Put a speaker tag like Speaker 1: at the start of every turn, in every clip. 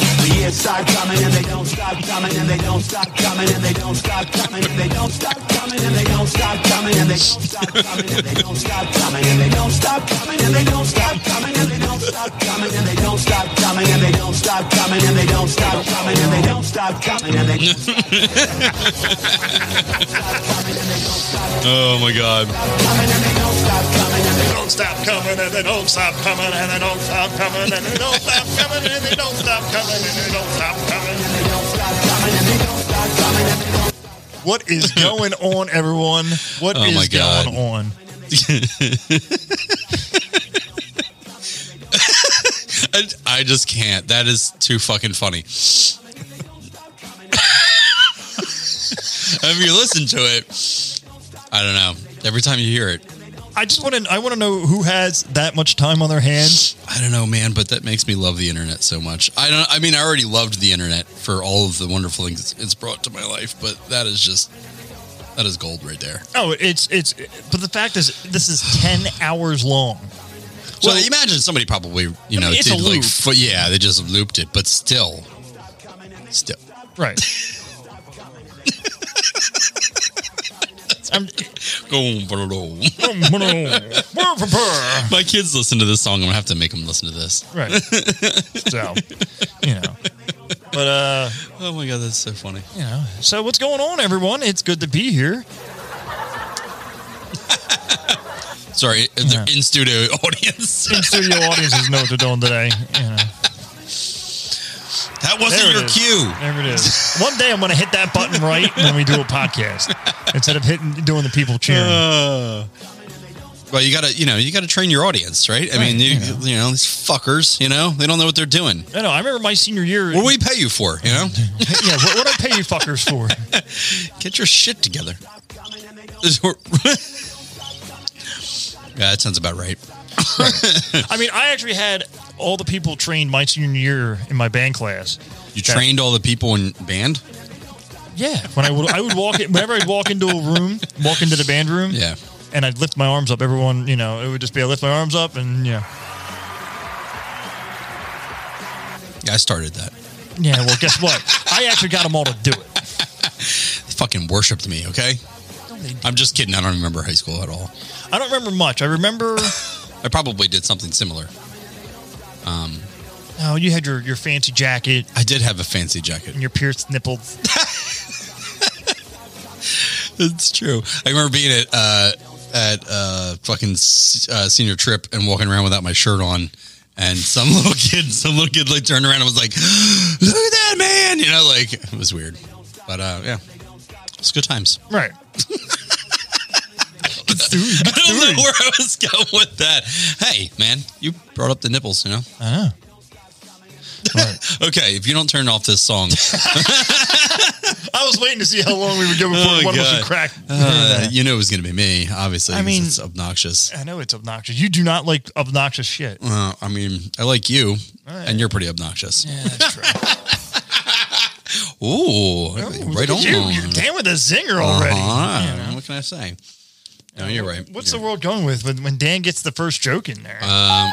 Speaker 1: stop coming and they don't stop coming and they don't stop coming and they don't stop coming and they don't stop coming and they don't stop coming and they don't stop coming and they don't stop coming and they don't stop coming and they don't stop coming and they don't stop coming and they don't stop coming and they don't stop coming and they don't stop coming and they don't stop coming and they don't stop
Speaker 2: Oh my God.
Speaker 1: coming and they don't stop coming and they
Speaker 3: don't stop coming and they don't stop coming and they don't stop coming and they don't stop coming and they don't stop coming and they don't stop coming.
Speaker 1: don't stop coming and they don't stop coming and they don't
Speaker 3: What is going on, everyone? What is
Speaker 2: Oh, my God.
Speaker 3: going on?
Speaker 2: I, I just can't. That is too fucking funny. if you listen to it, I don't know. Every time you hear it,
Speaker 3: I just want to. I want to know who has that much time on their hands.
Speaker 2: I don't know, man, but that makes me love the internet so much. I don't I mean, I already loved the internet for all of the wonderful things it's brought to my life, but that is just that is gold right there.
Speaker 3: Oh, it's it's. But the fact is, this is ten hours long. So-
Speaker 2: well, imagine somebody probably, you know,
Speaker 3: mean, it's
Speaker 2: did
Speaker 3: a
Speaker 2: like
Speaker 3: loop.
Speaker 2: fo- yeah, they just looped it, but still still
Speaker 3: Right. I'm, right.
Speaker 2: My kids listen to this song. I'm gonna have to make them listen to this.
Speaker 3: So, you know. But uh,
Speaker 2: Oh my god, that's so funny.
Speaker 3: you know. So what's going on, everyone? It's good to be here.
Speaker 2: Sorry,
Speaker 3: Yeah.
Speaker 2: the in studio audience.
Speaker 3: In studio audiences know what they're doing today. You know.
Speaker 2: That wasn't
Speaker 3: it
Speaker 2: your
Speaker 3: is.
Speaker 2: cue.
Speaker 3: There it is. One day I'm going to hit that button right when we do a podcast instead of hitting doing the people cheering.
Speaker 2: Uh, well, you gotta, you know, you gotta train your audience, right? I mean, you, you, know. these fuckers, you know, they don't know what they're doing.
Speaker 3: I know. I remember my senior year.
Speaker 2: What do we pay you for? You know,
Speaker 3: yeah, what what I pay you fuckers for?
Speaker 2: get your shit together. This- yeah, that sounds about right.
Speaker 3: I mean, I actually had all the people trained my senior year in my band class.
Speaker 2: You
Speaker 3: That-
Speaker 2: trained all the people in band.
Speaker 3: Yeah, when I would I would walk in, whenever I'd walk into a room, walk into the band room.
Speaker 2: Yeah.
Speaker 3: and I'd lift my arms up. Everyone, you know, it would just be I lift my arms up and yeah,
Speaker 2: yeah, I started that.
Speaker 3: yeah. Well, guess what? I actually got them all to do it.
Speaker 2: They fucking worshipped me. Okay, I'm just kidding. I don't remember high school at all.
Speaker 3: I don't remember much. I remember.
Speaker 2: I probably did something similar.
Speaker 3: Oh, you had your, your fancy jacket
Speaker 2: I did have a fancy jacket.
Speaker 3: and your pierced nipples.
Speaker 2: It's true. I remember being at uh, at uh, fucking s- uh, senior trip and walking around without my shirt on, and some little kid, some little kid like turned around and was like, "Look at that man!" You know, like it was weird, but uh, yeah, it's good times.
Speaker 3: Right.
Speaker 2: I don't know where I was going with that. Hey, man, you brought up the nipples, you know.
Speaker 3: Ah. Right.
Speaker 2: Okay, if you don't turn off this song,
Speaker 3: I was waiting to see how long we would go before
Speaker 2: Oh,
Speaker 3: one of us
Speaker 2: God.
Speaker 3: would crack.
Speaker 2: uh, you know it was going to be me. Obviously,
Speaker 3: I
Speaker 2: 'cause
Speaker 3: mean-
Speaker 2: it's obnoxious.
Speaker 3: I know it's obnoxious. You do not like obnoxious shit.
Speaker 2: Uh, I mean, I like you,
Speaker 3: right.
Speaker 2: and you're pretty obnoxious.
Speaker 3: Yeah, that's true.
Speaker 2: Ooh, right on.
Speaker 3: Oh, You, you're damn with a zinger already.
Speaker 2: Uh-huh. What can I say? No, you're right.
Speaker 3: What's the world going with when, when Dan gets the first joke in there?
Speaker 2: Uh,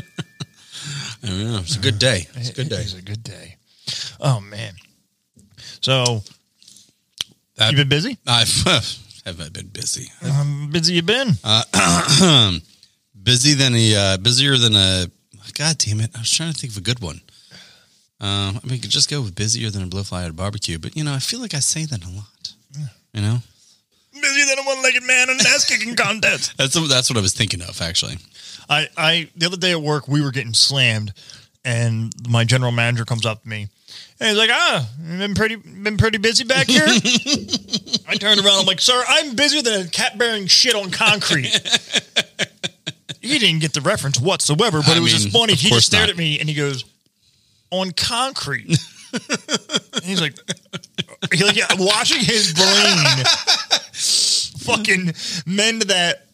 Speaker 2: the word? Oh, It's a good day. It's a good day.
Speaker 3: It's a good day. Oh man. So
Speaker 2: That-
Speaker 3: you've been busy.
Speaker 2: I've have I been busy.
Speaker 3: Um, busy you been?
Speaker 2: Busy than a uh, busier than a. God damn it! I was trying to think of a good one. Um, I mean, I could just go with busier than a blowfly at a barbecue, but you know, I feel like I say that a lot. You know,
Speaker 3: busy than a one-legged man in an ass kicking contest.
Speaker 2: that's that's what I was thinking of actually.
Speaker 3: I, I the other day at work we were getting slammed and my general manager comes up to me and he's like, ah, you been pretty been pretty busy back here. I turned around, I'm like, sir, I'm busier than a cat bearing shit on concrete. he didn't get the reference whatsoever, but
Speaker 2: I
Speaker 3: it was
Speaker 2: mean,
Speaker 3: just funny.
Speaker 2: of
Speaker 3: He
Speaker 2: course
Speaker 3: just stared
Speaker 2: not.
Speaker 3: at me and he goes, On concrete. and he's like he's like yeah, washing his brain fucking mend that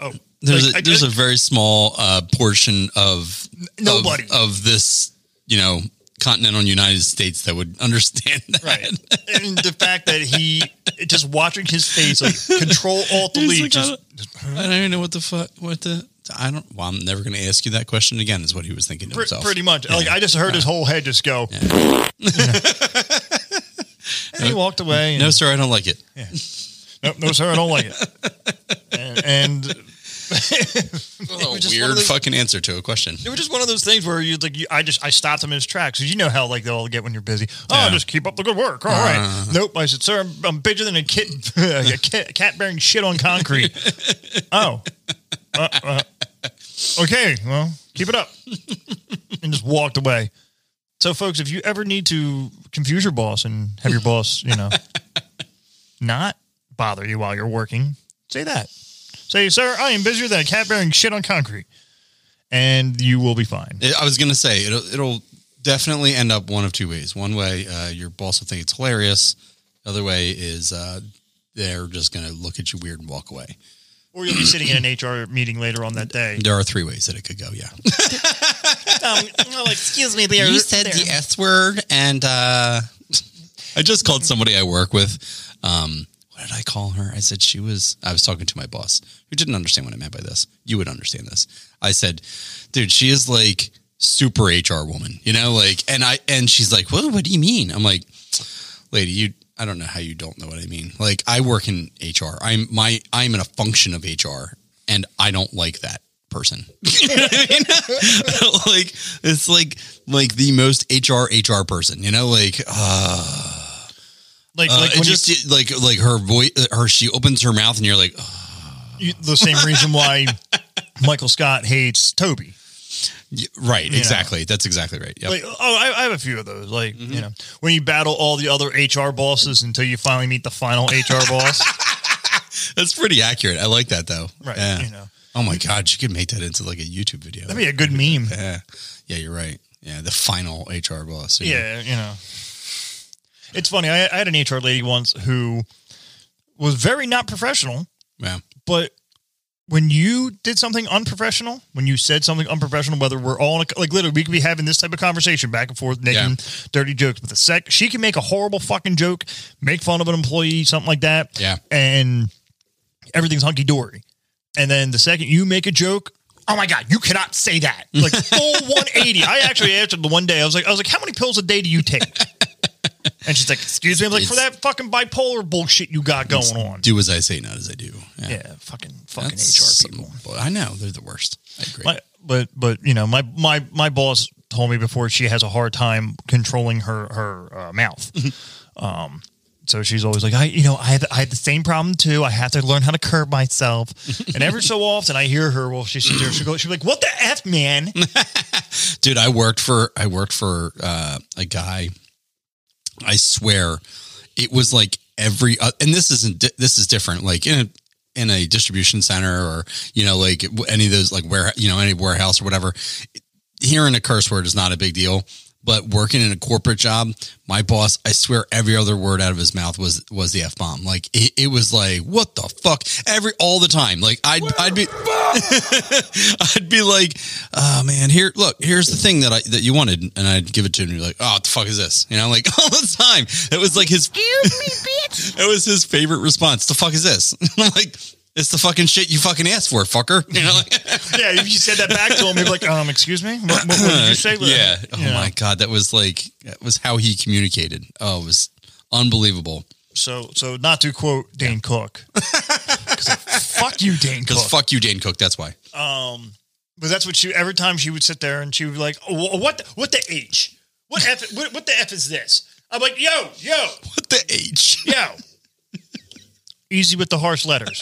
Speaker 3: oh
Speaker 2: There's
Speaker 3: like, I-
Speaker 2: a, there's a very small uh, portion of of-
Speaker 3: Nobody.
Speaker 2: of, this you know continental United States that would understand that.
Speaker 3: Right. and the fact that he just watching his face, like control alt
Speaker 2: He's
Speaker 3: delete,
Speaker 2: like,
Speaker 3: just,
Speaker 2: I, don't, I don't even know what the fuck. What the. I don't. Well, I'm never going to ask you that question again. Is what he was thinking to
Speaker 3: pr-
Speaker 2: himself.
Speaker 3: pretty much. Like I just heard his whole head just go. and he walked away. and-
Speaker 2: No, sir. I don't like it.
Speaker 3: Nope, no, sir, I don't like it. And, and
Speaker 2: Oh,
Speaker 3: was just one
Speaker 2: weird
Speaker 3: of those-
Speaker 2: fucking answer to a question.
Speaker 3: it was just one of those things where you like, you, I just I stopped him in his tracks 'cause you know how like they'll get when you're busy. Oh,
Speaker 2: Yeah.
Speaker 3: just keep up the good work. All right. Nope. I said, sir, I'm, I'm bigger than a kid, a cat, cat bearing shit on concrete. oh. Uh, uh, okay. Well, keep it up. and just walked away. So, folks, if you ever need to confuse your boss and have your boss, you know, not bother you while you're working, say that. Say, sir, I am busier than a cat bearing shit on concrete. And you will be fine.
Speaker 2: It- I was gonna say it'll it'll definitely end up one of two ways. One way, uh, your boss will think it's hilarious. The other way is uh, they're just gonna look at you weird and walk away.
Speaker 3: Or you'll be sitting in an HR meeting later on that day.
Speaker 2: There are three ways that it could go. Yeah,
Speaker 3: Um, well, excuse me, there. there.
Speaker 2: S word, and uh, I just called somebody I work with. Um, what did I call her? I said she was. I was talking to my boss who didn't understand what I meant by this. You would understand this. I said, dude, she is like super HR woman, you know, like, and I and she's like, well, what do you mean? I'm like, lady, you. I don't know how you don't know what I mean. Like I work in HR. I'm my I'm in a function of HR and I don't like that person. You know what I mean? like it's like like the most HR HR person, you know, like
Speaker 3: Like,
Speaker 2: uh,
Speaker 3: like
Speaker 2: it
Speaker 3: when you-
Speaker 2: just like like her voice, her she opens her mouth, and you're like, "Oh, "Ugh."
Speaker 3: you, the same reason why Michael Scott hates Toby.
Speaker 2: right,
Speaker 3: know.
Speaker 2: exactly, that's exactly right. Yep. Mm-hmm.
Speaker 3: Like, oh, I, I have a few of those. Like, you know, when you battle all the other HR bosses until you finally meet the final HR boss.
Speaker 2: that's pretty accurate. I like that though.
Speaker 3: Right,
Speaker 2: Yeah.
Speaker 3: you know.
Speaker 2: Oh my god, you could make that into like a YouTube video.
Speaker 3: That'd be a good meme.
Speaker 2: yeah. Yeah, you're right. Yeah, the final HR boss.
Speaker 3: Yeah, you know. It's funny. I, I had an HR lady once who was very not professional,
Speaker 2: Yeah.
Speaker 3: but when you did something unprofessional, when you said something unprofessional, whether we're all in a, like literally, we could be having this type of conversation back and forth, making
Speaker 2: Yeah.
Speaker 3: dirty jokes. But the sec she can make a horrible fucking joke, make fun of an employee, something like that,
Speaker 2: Yeah.
Speaker 3: and everything's hunky dory. And then the second you make a joke, oh my god, you cannot say that! Like full one eighty. I actually answered the one day. I was like, I was like, how many pills a day do you take? And she's like, excuse me. I'm like, for
Speaker 2: It's-
Speaker 3: that fucking bipolar bullshit you got going on.
Speaker 2: Do as I say, not as I do. Yeah.
Speaker 3: Yeah, fucking fucking
Speaker 2: That's
Speaker 3: HR people.
Speaker 2: some bull- I know they're the worst. I agree.
Speaker 3: My, but but you know my my my boss told me before she has a hard time controlling her her uh, mouth.
Speaker 2: Mm-hmm.
Speaker 3: um, so she's always like, I you know I had I had the same problem too. I have to learn how to curb myself. and every so often I hear her. Well, she sits there. She goes. She's like, "What the f, man?"
Speaker 2: dude i worked for i worked for uh, a guy i swear it was like every uh, and this isn't di- this is different like in a in a distribution center or you know like w- any of those like where you know any warehouse or whatever hearing a curse word is not a big deal but working in a corporate job my boss i swear every other word out of his mouth was was the f-bomb like it, it was like what the fuck every all the time like i'd, I'd be I'd be like, oh man, here, look, here's the thing that I that you wanted, and I'd give it to him. And you're like, oh, what the fuck is this? You know, like all the time. It was like his. Excuse me, bitch. it was his favorite response. The fuck is this? And I'm like, it's the fucking shit you fucking asked for, fucker. You know, like,
Speaker 3: yeah, if you said that back to him, he'd be like, "Um, excuse me, what, what, what did you say?"
Speaker 2: yeah. Oh
Speaker 3: You know?
Speaker 2: my god, that was like that was how he communicated. Oh, it was unbelievable.
Speaker 3: So so not to quote Dane Cook. 'Cause, like, fuck you, Dane Cook.
Speaker 2: Because fuck you, Dane Cook. That's why.
Speaker 3: But that's what she every time she would sit there and she would be like, oh, wh- "What? The, what the h? What f? What, what the f is this?" I'm like, "Yo, yo,
Speaker 2: What the h?
Speaker 3: yo." Easy with the harsh letters.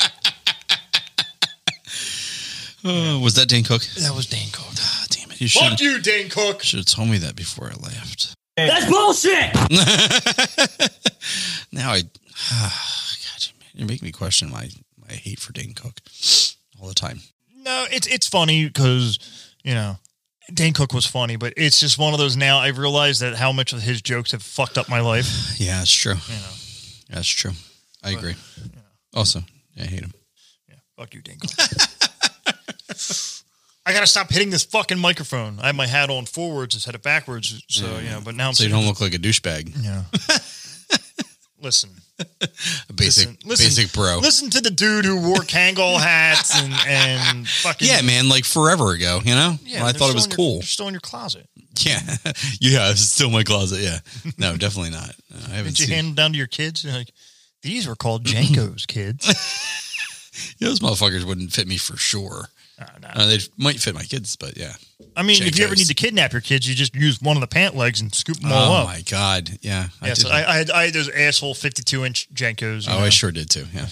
Speaker 2: Oh, was that Dane Cook?
Speaker 3: that was Dane Cook.
Speaker 2: Ah, damn it! You should
Speaker 3: Fuck you, Dane Cook.
Speaker 2: should have told me that before I left.
Speaker 1: That's bullshit!
Speaker 2: now I, God, you're making me question my my hate for Dane Cook all the time.
Speaker 3: No, it's it's funny because you know Dane Cook was funny, but it's just one of those. Now I've realized that how much of his jokes have fucked up my life.
Speaker 2: Yeah, that's true.
Speaker 3: You know,
Speaker 2: That's true. I agree. Also, I hate him.
Speaker 3: yeah, fuck you, Dane Cook. I gotta stop hitting this fucking microphone. I have my hat on forwards instead of backwards, so you know. But now I'm
Speaker 2: So you
Speaker 3: sitting-
Speaker 2: don't look like a douchebag.
Speaker 3: Yeah. listen,
Speaker 2: A basic,
Speaker 3: listen, listen,
Speaker 2: basic bro.
Speaker 3: Listen to the dude who wore Kangol hats and and fucking
Speaker 2: Yeah, man, like forever ago, you know?
Speaker 3: Yeah,
Speaker 2: When I
Speaker 3: they're
Speaker 2: thought it
Speaker 3: still
Speaker 2: was
Speaker 3: in your-
Speaker 2: cool.
Speaker 3: they're still in your closet.
Speaker 2: Yeah. yeah, it's still in my closet. Yeah. No, definitely not. No, I haven't
Speaker 3: Did you
Speaker 2: seen
Speaker 3: hand them down to your kids? You're like, these were called Jankos, kids.
Speaker 2: Yeah, Those motherfuckers wouldn't fit me for sure.
Speaker 3: Nah, nah.
Speaker 2: Uh, they might fit my kids, but yeah.
Speaker 3: I mean, if you ever
Speaker 2: Jankos.
Speaker 3: need to kidnap your kids, you just use one of the pant legs and scoop them all
Speaker 2: oh
Speaker 3: up.
Speaker 2: my god. Yeah. I
Speaker 3: Yes,
Speaker 2: did.
Speaker 3: I, I, had, I had those asshole 52 inch Jankos you
Speaker 2: oh,
Speaker 3: know,
Speaker 2: I sure did too. Yeah.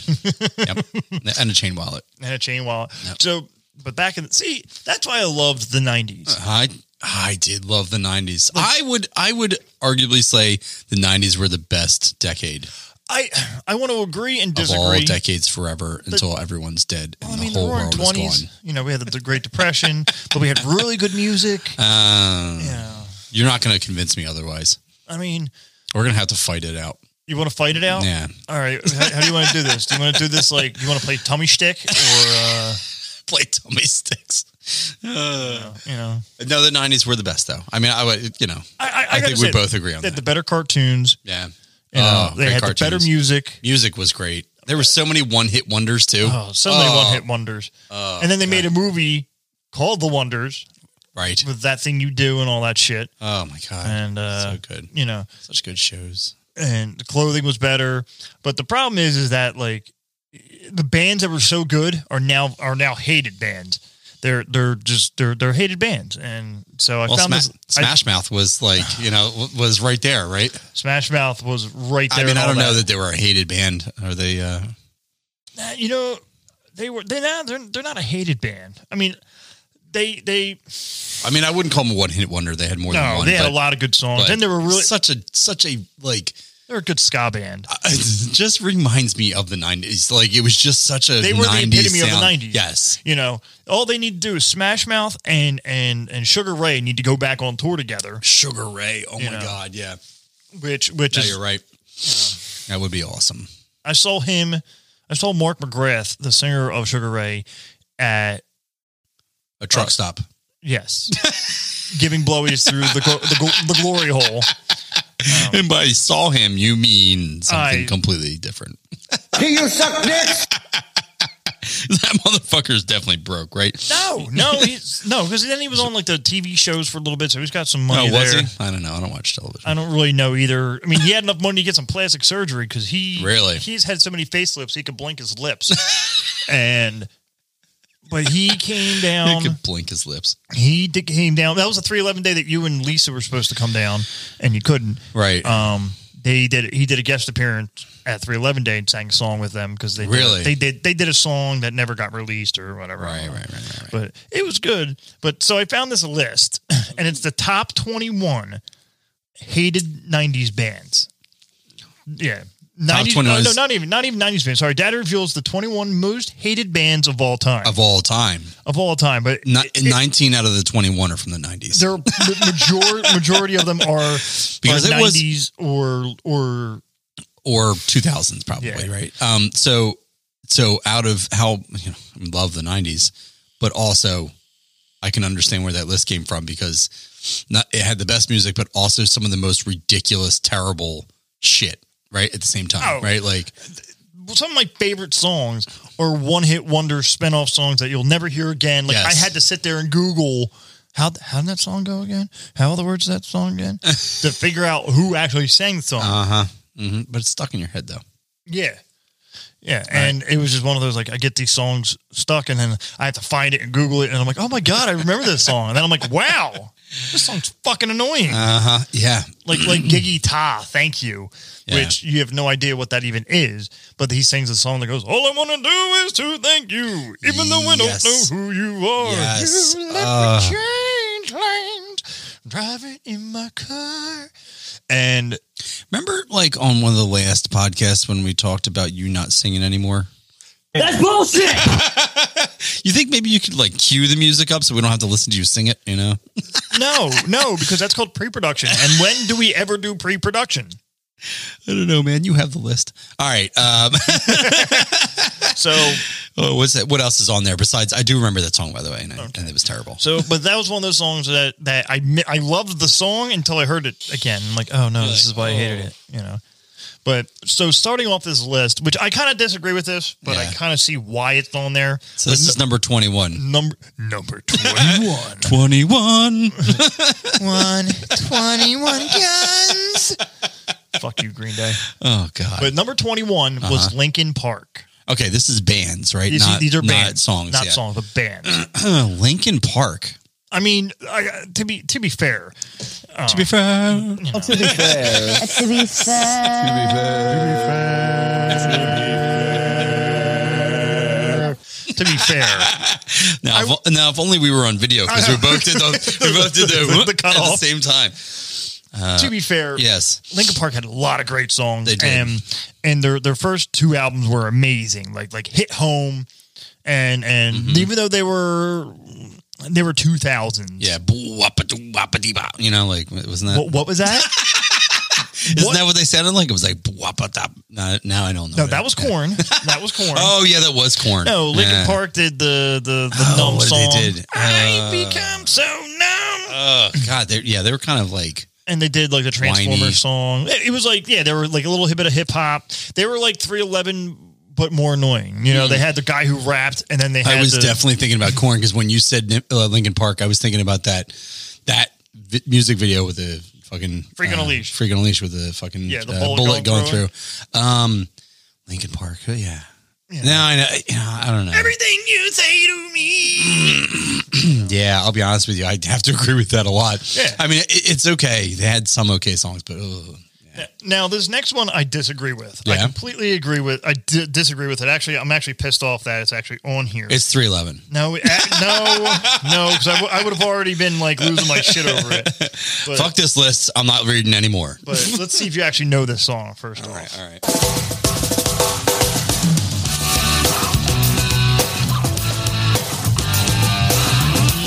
Speaker 2: yep. And a chain wallet.
Speaker 3: and a chain wallet. So, but back in the, see, that's why I loved the 90s.
Speaker 2: I I did love the nineties. I would I would arguably say the nineties were the best decade
Speaker 3: I I want to agree and
Speaker 2: of all
Speaker 3: disagree.
Speaker 2: decades forever until everyone's dead and
Speaker 3: I
Speaker 2: the
Speaker 3: mean, the
Speaker 2: whole
Speaker 3: roaring
Speaker 2: world is
Speaker 3: 20s,
Speaker 2: gone.
Speaker 3: you know, we had the Great Depression, but we had really good music.
Speaker 2: Um,
Speaker 3: Yeah.
Speaker 2: You're not going to convince me otherwise.
Speaker 3: I mean,
Speaker 2: We're going to have to fight it out.
Speaker 3: you want to fight it out?
Speaker 2: Yeah.
Speaker 3: All right. How, how do you want to do this? Do you want to do this like, you want to play tummy shtick or, uh,
Speaker 2: Play tummy sticks. Uh,
Speaker 3: you know?
Speaker 2: no, the '90s were the best, though. I mean, I would, you know,
Speaker 3: I, I, I,
Speaker 2: I,
Speaker 3: gotta
Speaker 2: think we
Speaker 3: say,
Speaker 2: both agree on
Speaker 3: They had
Speaker 2: that.
Speaker 3: the better cartoons.
Speaker 2: yeah.
Speaker 3: You know,
Speaker 2: Oh,
Speaker 3: they
Speaker 2: great
Speaker 3: had the better
Speaker 2: cartoons.
Speaker 3: music.
Speaker 2: Music was great. There were so many one-hit wonders too.
Speaker 3: Oh, so many
Speaker 2: Oh,
Speaker 3: one hit wonders. and then they made a movie called The Wonders
Speaker 2: Right.
Speaker 3: with that thing you do and all that shit.
Speaker 2: Oh my god.
Speaker 3: And uh,
Speaker 2: so good.
Speaker 3: you know,
Speaker 2: Such good shows.
Speaker 3: and the clothing was better. But the problem is, is that like the bands that were so good are now are now hated bands. They're they're just they're they're hated bands. And so I
Speaker 2: Well,
Speaker 3: found
Speaker 2: Sma-
Speaker 3: this I-
Speaker 2: Smash Mouth was like, you know, w- was right there, right?
Speaker 3: Smash Mouth was right there.
Speaker 2: I mean,
Speaker 3: and
Speaker 2: I
Speaker 3: all
Speaker 2: don't know that they were a hated band. Are they? uh
Speaker 3: Uh, you know they were they're not they're, they're not a hated band. I mean. They they
Speaker 2: I mean, I wouldn't call them a one-hit wonder. They had more than
Speaker 3: no
Speaker 2: one.
Speaker 3: they had
Speaker 2: but-
Speaker 3: a lot of good songs
Speaker 2: but
Speaker 3: and they were really
Speaker 2: such a such a like.
Speaker 3: they're a good ska band.
Speaker 2: It just reminds me of the '90s. Like it was just such a
Speaker 3: They were the
Speaker 2: 90s
Speaker 3: epitome of the
Speaker 2: sound.
Speaker 3: 90s.
Speaker 2: Yes,
Speaker 3: You know, all they need to do is Smash Mouth and and and Sugar Ray need to go back on tour together,
Speaker 2: Sugar Ray. Oh
Speaker 3: You
Speaker 2: my
Speaker 3: know.
Speaker 2: God, yeah.
Speaker 3: which which
Speaker 2: No,
Speaker 3: is
Speaker 2: you're right. That would be awesome.
Speaker 3: I saw him I saw Mark McGrath, the singer of Sugar Ray at
Speaker 2: A truck stop.
Speaker 3: yes, giving blowies through the glo- the, gl- the glory hole.
Speaker 2: and by saw him, you mean something
Speaker 3: I-
Speaker 2: completely different.
Speaker 1: Do you suck dicks?
Speaker 2: that motherfucker's definitely broke, right?
Speaker 3: No, no, he's no, because then he was on like the TV shows for a little bit, so he's got some
Speaker 2: No,
Speaker 3: money
Speaker 2: Oh, was
Speaker 3: there.
Speaker 2: he? I don't know. I don't watch television.
Speaker 3: I don't really know either. I mean, he had enough money to get some plastic surgery because he
Speaker 2: Really?
Speaker 3: he's had so many facelifts he could blink his lips, and but he came down.
Speaker 2: he could blink his lips.
Speaker 3: He did, came down. That was a three eleven day that you and Lisa were supposed to come down, and you couldn't.
Speaker 2: Right.
Speaker 3: Um, they did. He did a guest appearance at three eleven day and sang a song with them because they did-
Speaker 2: Really?
Speaker 3: they did they did a song that never got released or whatever.
Speaker 2: right, right, right, right, right.
Speaker 3: But it was good. But so I found this list, and it's the top twenty one hated nineties bands. Yeah. 90s, no,
Speaker 2: 21
Speaker 3: no,
Speaker 2: is-
Speaker 3: not even not even 90s bands. Sorry, Data reveals the 21 most hated bands of all time. Of,
Speaker 2: Of all time,
Speaker 3: all time, but
Speaker 2: Ni-
Speaker 3: it- it-
Speaker 2: 19 out of the 21 are from the 90s.
Speaker 3: their major, majority of them are
Speaker 2: Because
Speaker 3: are
Speaker 2: it was-
Speaker 3: 90s or or
Speaker 2: or 2000s probably
Speaker 3: Yeah.
Speaker 2: right um so so out of how you know I love the 90s but also I can understand where that list came from because not it had the best music but also some of the most ridiculous terrible shit right at the same time
Speaker 3: Oh.
Speaker 2: right like
Speaker 3: some of my favorite songs are one hit wonder spin off songs that you'll never hear again. Like
Speaker 2: Yes.
Speaker 3: I had to sit there and Google how how did that song go again? How are the words of that song again? to figure out who actually sang the song.
Speaker 2: uh-huh hmm but it's stuck in your head though
Speaker 3: Yeah. Yeah, and it was just one of those like I get these songs stuck, and then I have to find it and Google it, and I'm like, oh my god, I remember this song, and then I'm like, wow, this song's fucking annoying.
Speaker 2: uh-huh yeah
Speaker 3: like like Giggy Ta, thank you,
Speaker 2: Yeah.
Speaker 3: which you have no idea what that even is, but he sings a song that goes, "All I want to do is to thank you, even though I
Speaker 2: Yes.
Speaker 3: don't know who you are."
Speaker 2: Yes.
Speaker 3: You let
Speaker 2: Uh.
Speaker 3: me change lanes, drive it in my car, and
Speaker 2: remember like on one of the last podcasts when we talked about you not singing anymore
Speaker 1: That's bullshit!
Speaker 2: you think maybe you could like cue the music up so we don't have to listen to you sing it you know
Speaker 3: no, no, because that's called pre-production. And when do we ever do pre-production?
Speaker 2: I don't know man you have the list all right um
Speaker 3: So,
Speaker 2: Oh, what's that? What else is on there besides? I do remember that song by the way, and, I, and it was terrible.
Speaker 3: so, but that was one of those songs that that I mi- I loved the song until I heard it again. I'm like, oh no, this
Speaker 2: like,
Speaker 3: is why I hated
Speaker 2: oh.
Speaker 3: it. You know. But so starting off this list, which I kind of disagree with this, but I
Speaker 2: Yeah.
Speaker 3: kind of see why it's on there.
Speaker 2: so this is number twenty-one.
Speaker 3: number number twenty one.
Speaker 2: Twenty-one.
Speaker 3: One twenty-one guns. Fuck you, Green Day.
Speaker 2: Oh God.
Speaker 3: But number 21 was Lincoln Park.
Speaker 2: okay, this is bands, right?
Speaker 3: You see,
Speaker 2: Uh-huh. Not-
Speaker 3: these are
Speaker 2: not
Speaker 3: bands,
Speaker 2: songs,
Speaker 3: not
Speaker 2: yeah.
Speaker 3: songs, but bands.
Speaker 2: Lincoln Park.
Speaker 3: I mean, I, to be to be fair, Uh-huh.
Speaker 2: To be fair,
Speaker 4: To be fair.
Speaker 5: To be fair.
Speaker 3: to be fair,
Speaker 2: now, if, now, if only we were on video because we both did the we both did the,
Speaker 3: The
Speaker 2: at the
Speaker 3: cutoff.
Speaker 2: same time. Uh,
Speaker 3: to be fair,
Speaker 2: Yes,
Speaker 3: Lincoln Park had a lot of great songs.
Speaker 2: They did.
Speaker 3: And, and their their first two albums were amazing. Like like Hit Home and and
Speaker 2: Mm-hmm.
Speaker 3: even though they were they were 2000s.
Speaker 2: yeah. Boo, wappa, doo, wappa, dee, bop. You know, like wasn't that
Speaker 3: What, what was that?
Speaker 2: Isn't
Speaker 3: What?
Speaker 2: that what they sounded like? It was like wappa da. No, now I don't know.
Speaker 3: No,
Speaker 2: it.
Speaker 3: that was
Speaker 2: Yeah.
Speaker 3: corn. That was corn.
Speaker 2: Oh yeah, that was corn.
Speaker 3: No, Linkin
Speaker 2: Yeah.
Speaker 3: Park did the the, the
Speaker 2: Oh,
Speaker 3: numb
Speaker 2: what
Speaker 3: song.
Speaker 2: they did.
Speaker 3: I
Speaker 2: Uh,
Speaker 3: become so numb.
Speaker 2: Oh God, they yeah, they were kind of like
Speaker 3: And they did like the Transformer
Speaker 2: Whiny.
Speaker 3: song. It, it was like yeah, they were like a little bit of hip hop. They were like three eleven, but more annoying. You know, they had the guy who rapped, and then they had
Speaker 2: Hmm. I was
Speaker 3: the,
Speaker 2: definitely thinking about corn because when you said uh, Lincoln Park, I was thinking about that that vi- music video with the fucking
Speaker 3: Freak on a
Speaker 2: uh,
Speaker 3: Leash.
Speaker 2: freaking unleashed with the fucking
Speaker 3: Yeah, the
Speaker 2: uh,
Speaker 3: bullet
Speaker 2: bullet,
Speaker 3: going
Speaker 2: going,
Speaker 3: through
Speaker 2: through. Um, Lincoln Park, oh, yeah. Now I know, you know, I don't know.
Speaker 3: everything you say to me.
Speaker 2: yeah, I'll be honest with you. I have to agree with that a lot.
Speaker 3: Yeah.
Speaker 2: I mean, it, it's okay. They had some okay songs, but ugh.
Speaker 3: Now this next one I disagree with. I
Speaker 2: Yeah?
Speaker 3: completely agree with. I di- disagree with it. Actually, I'm actually pissed off that it's actually on here.
Speaker 2: it's three eleven.
Speaker 3: no, uh, no, no, because I, w- I would have already been like losing my shit over it. But-
Speaker 2: Fuck this list. I'm not reading anymore.
Speaker 3: but let's see if you actually know this song first off.
Speaker 2: all right.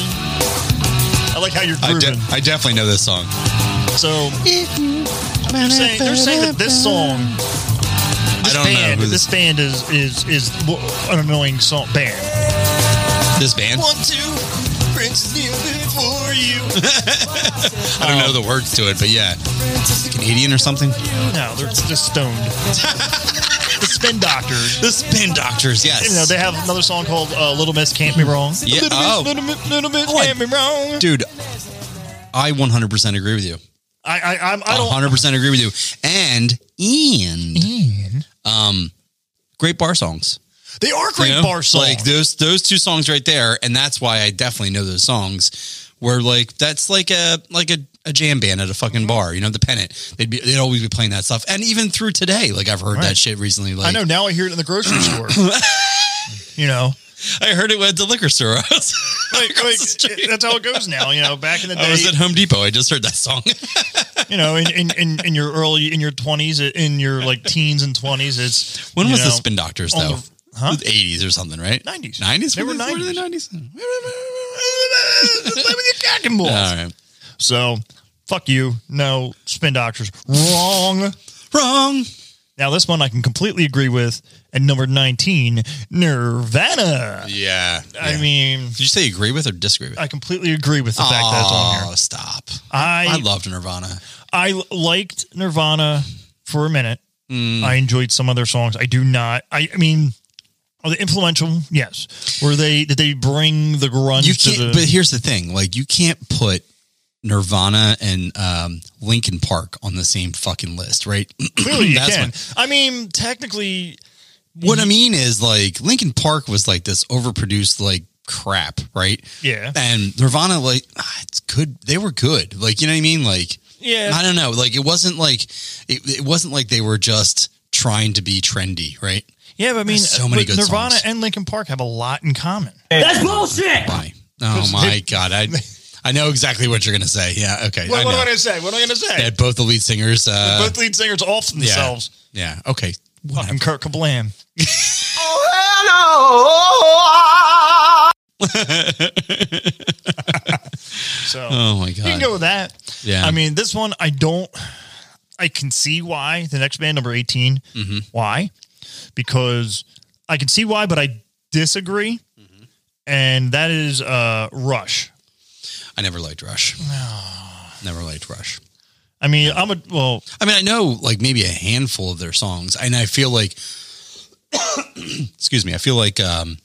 Speaker 3: I like how you're
Speaker 2: I,
Speaker 3: grooving.
Speaker 2: de- I definitely know this song.
Speaker 3: so they're saying, they're saying that this song,
Speaker 2: I
Speaker 3: this
Speaker 2: don't
Speaker 3: band,
Speaker 2: know who
Speaker 3: this
Speaker 2: this,
Speaker 3: band is is is w- an annoying song band.
Speaker 2: this band.
Speaker 3: two, Prince is kneeling for you.
Speaker 2: I don't know the words to it, but yeah, Canadian or something.
Speaker 3: No, they're just stoned. the Spin Doctors.
Speaker 2: The Spin Doctors, yes.
Speaker 3: You know, they have another song called uh, "Little Miss Can't Be Wrong."
Speaker 2: Yeah,
Speaker 3: Little
Speaker 2: oh.
Speaker 3: Miss, little Miss, little Miss
Speaker 2: Oh, I-
Speaker 3: can't be wrong.
Speaker 2: Dude, I 100% agree with you.
Speaker 3: I, I, I'm, I don't.
Speaker 2: 100% agree with you. And Ian,
Speaker 3: Man.
Speaker 2: um, great bar songs.
Speaker 3: They are great
Speaker 2: You know?
Speaker 3: bar songs.
Speaker 2: Like those those two songs right there, and that's why I definitely know those songs. Were like that's like a like a, a jam band at a fucking bar. You know, the pennant. They'd be they'd always be playing that stuff, and even through today. Like I've heard
Speaker 3: Right.
Speaker 2: that shit recently. Like
Speaker 3: I know now. I hear it in the grocery store. you know,
Speaker 2: I heard it at the liquor store. I was,
Speaker 3: like,
Speaker 2: Across
Speaker 3: like,
Speaker 2: the street.
Speaker 3: that's how it goes now. You know, back in the day,
Speaker 2: I was at Home Depot. I just heard that song.
Speaker 3: you know, in, in, in, in your early in your twenties, in your like teens and twenties, it's
Speaker 2: When
Speaker 3: you
Speaker 2: was
Speaker 3: know,
Speaker 2: the Spin Doctors
Speaker 3: on
Speaker 2: though?
Speaker 3: the- huh?
Speaker 2: Eighties or something, right?
Speaker 3: 90s.
Speaker 2: Nineties.
Speaker 3: They were
Speaker 2: the
Speaker 3: 90s.
Speaker 2: nineties.
Speaker 3: Play with your cotton balls.
Speaker 2: All right.
Speaker 3: So, fuck you. No spin doctors. Wrong.
Speaker 2: Wrong.
Speaker 3: Now this one I can completely agree with. At number nineteen, Nirvana.
Speaker 2: Yeah.
Speaker 3: I mean,
Speaker 2: did you say you agree with or disagree with?
Speaker 3: I completely agree with the fact that it's on
Speaker 2: Oh,
Speaker 3: here.
Speaker 2: stop!
Speaker 3: I
Speaker 2: I loved Nirvana.
Speaker 3: I liked Nirvana for a minute.
Speaker 2: Hmm.
Speaker 3: I enjoyed some of their songs. I do not. I, I mean, are they influential? Yes. Were they? Did they bring the grunge?
Speaker 2: You
Speaker 3: to
Speaker 2: can't.
Speaker 3: the,
Speaker 2: But here's the thing: like, you can't put Nirvana and um, Linkin Park on the same fucking list, right?
Speaker 3: clearly you
Speaker 2: that's
Speaker 3: can.
Speaker 2: my-
Speaker 3: I mean, technically,
Speaker 2: what I mean is, like, Linkin Park was like this overproduced, like crap, right?
Speaker 3: yeah,
Speaker 2: And Nirvana, like, ah, it's good. They were good. Like, you know what I mean? Like,
Speaker 3: yeah.
Speaker 2: I don't know. Like it wasn't like it, it wasn't like they were just trying to be trendy, right?
Speaker 3: yeah, but I mean,
Speaker 2: there's so many
Speaker 3: but
Speaker 2: good
Speaker 3: Nirvana
Speaker 2: songs.
Speaker 3: and Linkin Park have a lot in common.
Speaker 5: That's bullshit.
Speaker 2: Bye. Oh my god, I I know exactly what you're gonna say. Yeah, okay. I know.
Speaker 3: to say? What am I going to say?
Speaker 2: They had both the lead singers. Uh,
Speaker 3: Both lead singers off
Speaker 2: yeah,
Speaker 3: themselves.
Speaker 2: Yeah. Okay.
Speaker 3: Fucking Kurt Kablam. so
Speaker 2: Oh my
Speaker 3: you can
Speaker 2: god.
Speaker 3: go with that.
Speaker 2: Yeah.
Speaker 3: I mean, this one I don't.
Speaker 2: Mm-hmm.
Speaker 3: I can see why the next band number 18 Why? Because I can see why, but I disagree.
Speaker 2: Mm-hmm.
Speaker 3: And that is uh, Rush.
Speaker 2: I never liked Rush. Never liked Rush.
Speaker 3: I mean, I'm a well.
Speaker 2: I mean, I know like maybe a handful of their songs, and I feel like, excuse me, I feel like um,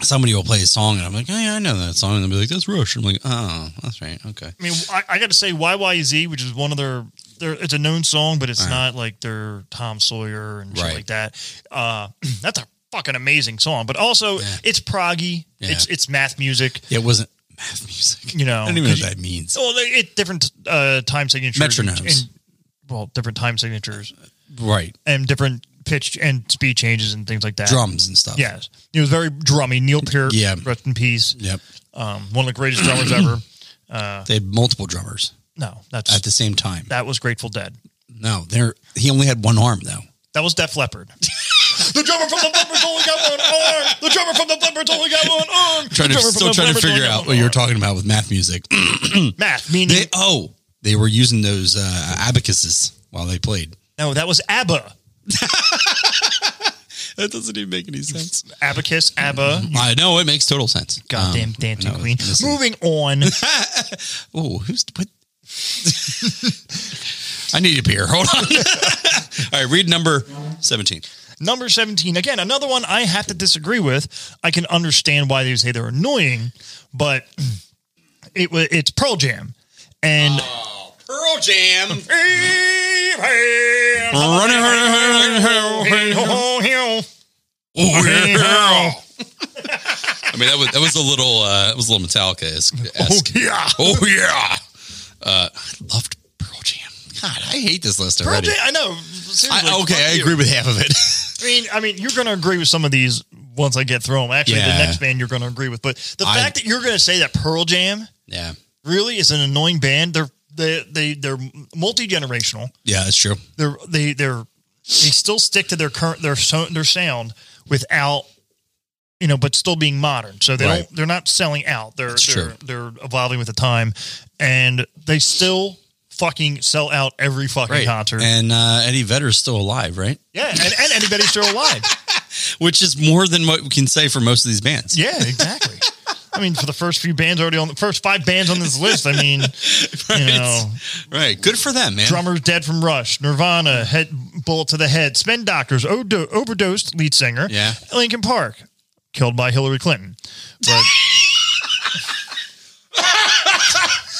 Speaker 2: somebody will play a song, and I'm like, oh, yeah, I know that song, and they'll be like, that's Rush. I'm like, oh, that's right, okay.
Speaker 3: I mean, I, I got to say YYZ, which is one of their, their it's a known song, but it's not like their Tom Sawyer and shit
Speaker 2: Uh-huh. Right.
Speaker 3: like that. Uh, that's a fucking amazing song, but also
Speaker 2: Yeah.
Speaker 3: it's proggy.
Speaker 2: Yeah.
Speaker 3: It's it's math music.
Speaker 2: Yeah, it wasn't math music.
Speaker 3: You know,
Speaker 2: I don't even know
Speaker 3: 'cause
Speaker 2: what that means.
Speaker 3: you- Oh. Well, they- it different uh, time signatures,
Speaker 2: Metronomes.
Speaker 3: and well, different time signatures
Speaker 2: Right,
Speaker 3: and different pitch and speed changes and things like that.
Speaker 2: drums and stuff.
Speaker 3: Yes, it was very drummy. Neil Peart,
Speaker 2: Yeah.
Speaker 3: rest in peace.
Speaker 2: Yep.
Speaker 3: Um, one of the greatest drummers ever.
Speaker 2: They had multiple drummers
Speaker 3: No, that's
Speaker 2: at the same time.
Speaker 3: that was Grateful Dead.
Speaker 2: No, they're he only had one arm though.
Speaker 3: That was Def Leppard. the drummer from the Leopards only got one arm. The drummer from the Leopards only got one
Speaker 2: Trying
Speaker 3: arm. the
Speaker 2: to
Speaker 3: drummer from
Speaker 2: still
Speaker 3: the
Speaker 2: trying to
Speaker 3: Leopards only
Speaker 2: figure
Speaker 3: got
Speaker 2: out
Speaker 3: one
Speaker 2: what you were
Speaker 3: arm.
Speaker 2: talking about with math music.
Speaker 3: Math meaning
Speaker 2: they oh, they were using those uh, abacuses while they played.
Speaker 3: no, that was ABBA.
Speaker 2: That doesn't even make any sense.
Speaker 3: Abacus, ABBA. You
Speaker 2: I know it makes total sense.
Speaker 3: goddamn
Speaker 2: Um,
Speaker 3: dancing
Speaker 2: no,
Speaker 3: queen.
Speaker 2: listen.
Speaker 3: Moving on.
Speaker 2: Oh, who's what? I need a beer. Hold on. All right, read number seventeen.
Speaker 3: Number 17. Again, another one I have to disagree with. I can understand why they say they're annoying, but it was it's Pearl Jam. And Oh,
Speaker 2: Pearl Jam. I mean that was that was a little uh, it was a little Metallica esque.
Speaker 3: yeah.
Speaker 2: Oh yeah. Uh, I loved Pearl Jam. God, I hate this list
Speaker 3: Pearl
Speaker 2: already.
Speaker 3: Jam, I know. Seriously,
Speaker 2: I, okay,
Speaker 3: fuck
Speaker 2: I
Speaker 3: you.
Speaker 2: agree with half of it.
Speaker 3: I mean, I mean, you're going to agree with some of these once I get through them. Actually,
Speaker 2: Yeah.
Speaker 3: the next band you're going to agree with, but the
Speaker 2: I-
Speaker 3: fact that you're going to say that Pearl Jam
Speaker 2: yeah,
Speaker 3: really is an annoying band. They're they they they're multi generational.
Speaker 2: yeah, that's true.
Speaker 3: They're they they're they still stick to their current their so, their sound without you know, but still being modern. So they
Speaker 2: Right.
Speaker 3: don't they're not selling out. They're
Speaker 2: That's
Speaker 3: they're they're evolving with the time, and they still fucking sell out every fucking concert.
Speaker 2: And uh, Eddie Vedder's still alive, right?
Speaker 3: yeah, and, and anybody's still alive.
Speaker 2: Which is more than what we can say for most of these bands.
Speaker 3: Yeah, exactly. I mean, for the first few bands already on the first five bands on this list, I mean, you know,
Speaker 2: Right. Good for them, man.
Speaker 3: drummers dead from Rush, Nirvana, head bullet to the head, Spin Doctors, Odo- overdosed lead singer,
Speaker 2: Yeah.
Speaker 3: Lincoln Park, killed by Hillary Clinton. But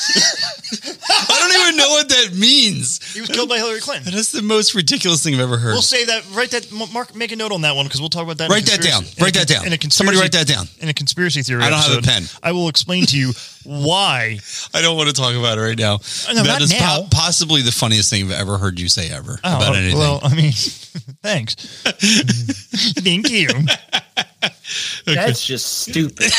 Speaker 2: I don't even know what that means.
Speaker 3: he was killed by Hillary Clinton.
Speaker 2: That's the most ridiculous thing I've ever heard.
Speaker 3: We'll say that. Write that. M- Mark, make a note on that one because we'll talk about that. in a
Speaker 2: Write that
Speaker 3: conspiracy-
Speaker 2: down.
Speaker 3: in a
Speaker 2: Write that
Speaker 3: con-
Speaker 2: down.
Speaker 3: In a conspiracy,
Speaker 2: Somebody write that down.
Speaker 3: In a conspiracy theory.
Speaker 2: I don't have a
Speaker 3: episode,
Speaker 2: pen.
Speaker 3: I will explain to you why.
Speaker 2: I don't want to talk about it right now.
Speaker 3: No,
Speaker 2: that
Speaker 3: not
Speaker 2: is po-
Speaker 3: now. Oh,
Speaker 2: possibly the funniest thing I've ever heard you say ever about anything.
Speaker 3: well, I mean, thanks. Thank you.
Speaker 4: That's just stupid.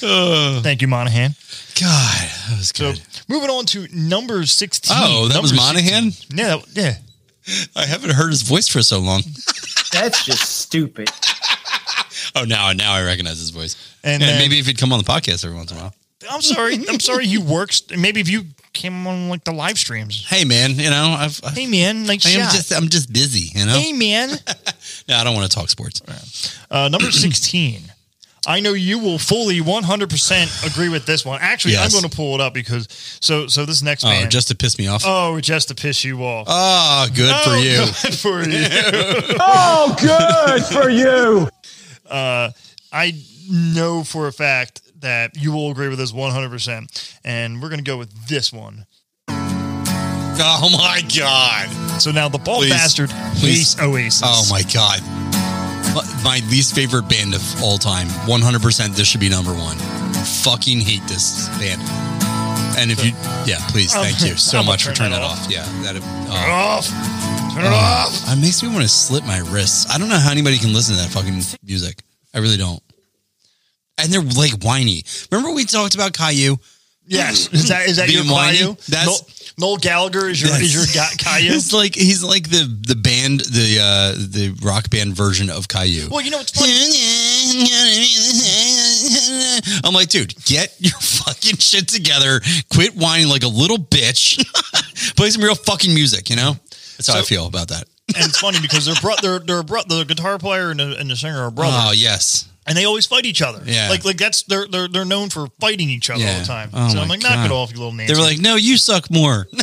Speaker 3: Thank you, Monahan.
Speaker 2: God, that was
Speaker 3: So
Speaker 2: good.
Speaker 3: moving on to number 16.
Speaker 2: oh, that was
Speaker 3: Number
Speaker 2: Monahan.
Speaker 3: 16. Yeah, that, yeah.
Speaker 2: I haven't heard his voice for so long.
Speaker 4: That's just stupid.
Speaker 2: Oh, now now I recognize his voice.
Speaker 3: And
Speaker 2: And,
Speaker 3: then-
Speaker 2: maybe if he'd come on the podcast every once in a while.
Speaker 3: I'm sorry. I'm sorry he works. Maybe if you came on like the live streams.
Speaker 2: Hey, man, you know I've. I've
Speaker 3: Hey, man. Like,
Speaker 2: I am
Speaker 3: shot.
Speaker 2: just uh, I'm just busy, you know.
Speaker 3: hey, man.
Speaker 2: No, I don't want to talk sports.
Speaker 3: Uh, number 16. I know you will fully 100% agree with this one. Actually,
Speaker 2: Yes.
Speaker 3: I'm going to pull it up because so so this next
Speaker 2: Oh,
Speaker 3: man.
Speaker 2: just to piss me off. Oh,
Speaker 3: oh, just to piss you off.
Speaker 2: good for
Speaker 3: Oh,
Speaker 2: you.
Speaker 3: good for you.
Speaker 5: Oh, good for you.
Speaker 3: I know for a fact that you will agree with this 100%. And we're going to go with this one.
Speaker 2: Oh my god.
Speaker 3: So now the ball
Speaker 2: Please.
Speaker 3: bastard
Speaker 2: Please.
Speaker 3: hates Oasis.
Speaker 2: Oh my god. My my least favorite band of all time. 100% this should be number 1. Fucking hate this band. And if you yeah, please thank you so
Speaker 3: I'm gonna
Speaker 2: much for
Speaker 3: turn
Speaker 2: turning
Speaker 3: that
Speaker 2: that off. Yeah, that
Speaker 3: Turn it
Speaker 2: uh,
Speaker 3: off. Turn it off.
Speaker 2: it makes me want to slit my wrists. I don't know how anybody can listen to that fucking music. I really don't. And they're like whiny. Remember we talked about Caillou?
Speaker 3: Yes. Is that is that
Speaker 2: Being
Speaker 3: your
Speaker 2: whiny?
Speaker 3: Caillou?
Speaker 2: That's-
Speaker 3: Noel, Noel Gallagher is your is your guy, Caillou?
Speaker 2: It's like he's like the the band the uh the rock band version of Caillou.
Speaker 3: Well, you know what's funny?
Speaker 2: I'm like, dude, get your fucking shit together. Quit whining like a little bitch. Play some real fucking music, you know? That's how I
Speaker 3: So-
Speaker 2: feel about that.
Speaker 3: and it's funny because they're bro- they're they're bro- the guitar player and the, and the singer are brothers,
Speaker 2: Oh yes,
Speaker 3: and they always fight each other.
Speaker 2: Yeah.
Speaker 3: like like that's they're they're, they're known for fighting each other all
Speaker 2: Yeah.
Speaker 3: the time.
Speaker 2: Oh,
Speaker 3: so
Speaker 2: my
Speaker 3: I'm like, knock
Speaker 2: God.
Speaker 3: it off, you little Nancy.
Speaker 2: they were like, "No, you suck more."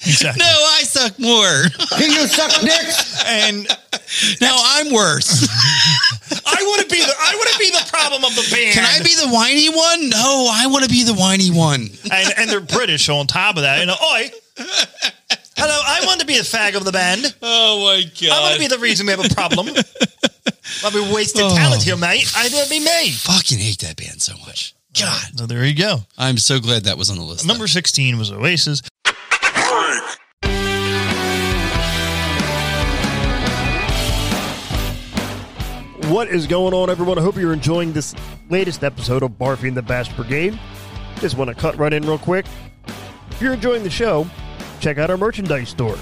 Speaker 3: Exactly.
Speaker 2: no, I suck more.
Speaker 3: and
Speaker 2: No, I'm worse.
Speaker 3: I want to be the I want to be the problem of the band.
Speaker 2: Can I be the whiny one? No, I want to be the whiny one.
Speaker 3: and, and they're British on top of that. And oi, hello, I want to be the fag of the band.
Speaker 2: Oh my
Speaker 3: I want to be the reason we have a problem. I'll be wasting talent here, mate. I would be me.
Speaker 2: fucking hate that band so much. God,
Speaker 3: So there you go.
Speaker 2: I'm so glad that was on the list. though.
Speaker 3: Number sixteen was Oasis.
Speaker 6: What is going on, everyone? I hope you're enjoying this latest episode of Barfy and the Bash Brigade. Just want to cut right in real quick. If you're enjoying the show, check out our merchandise store.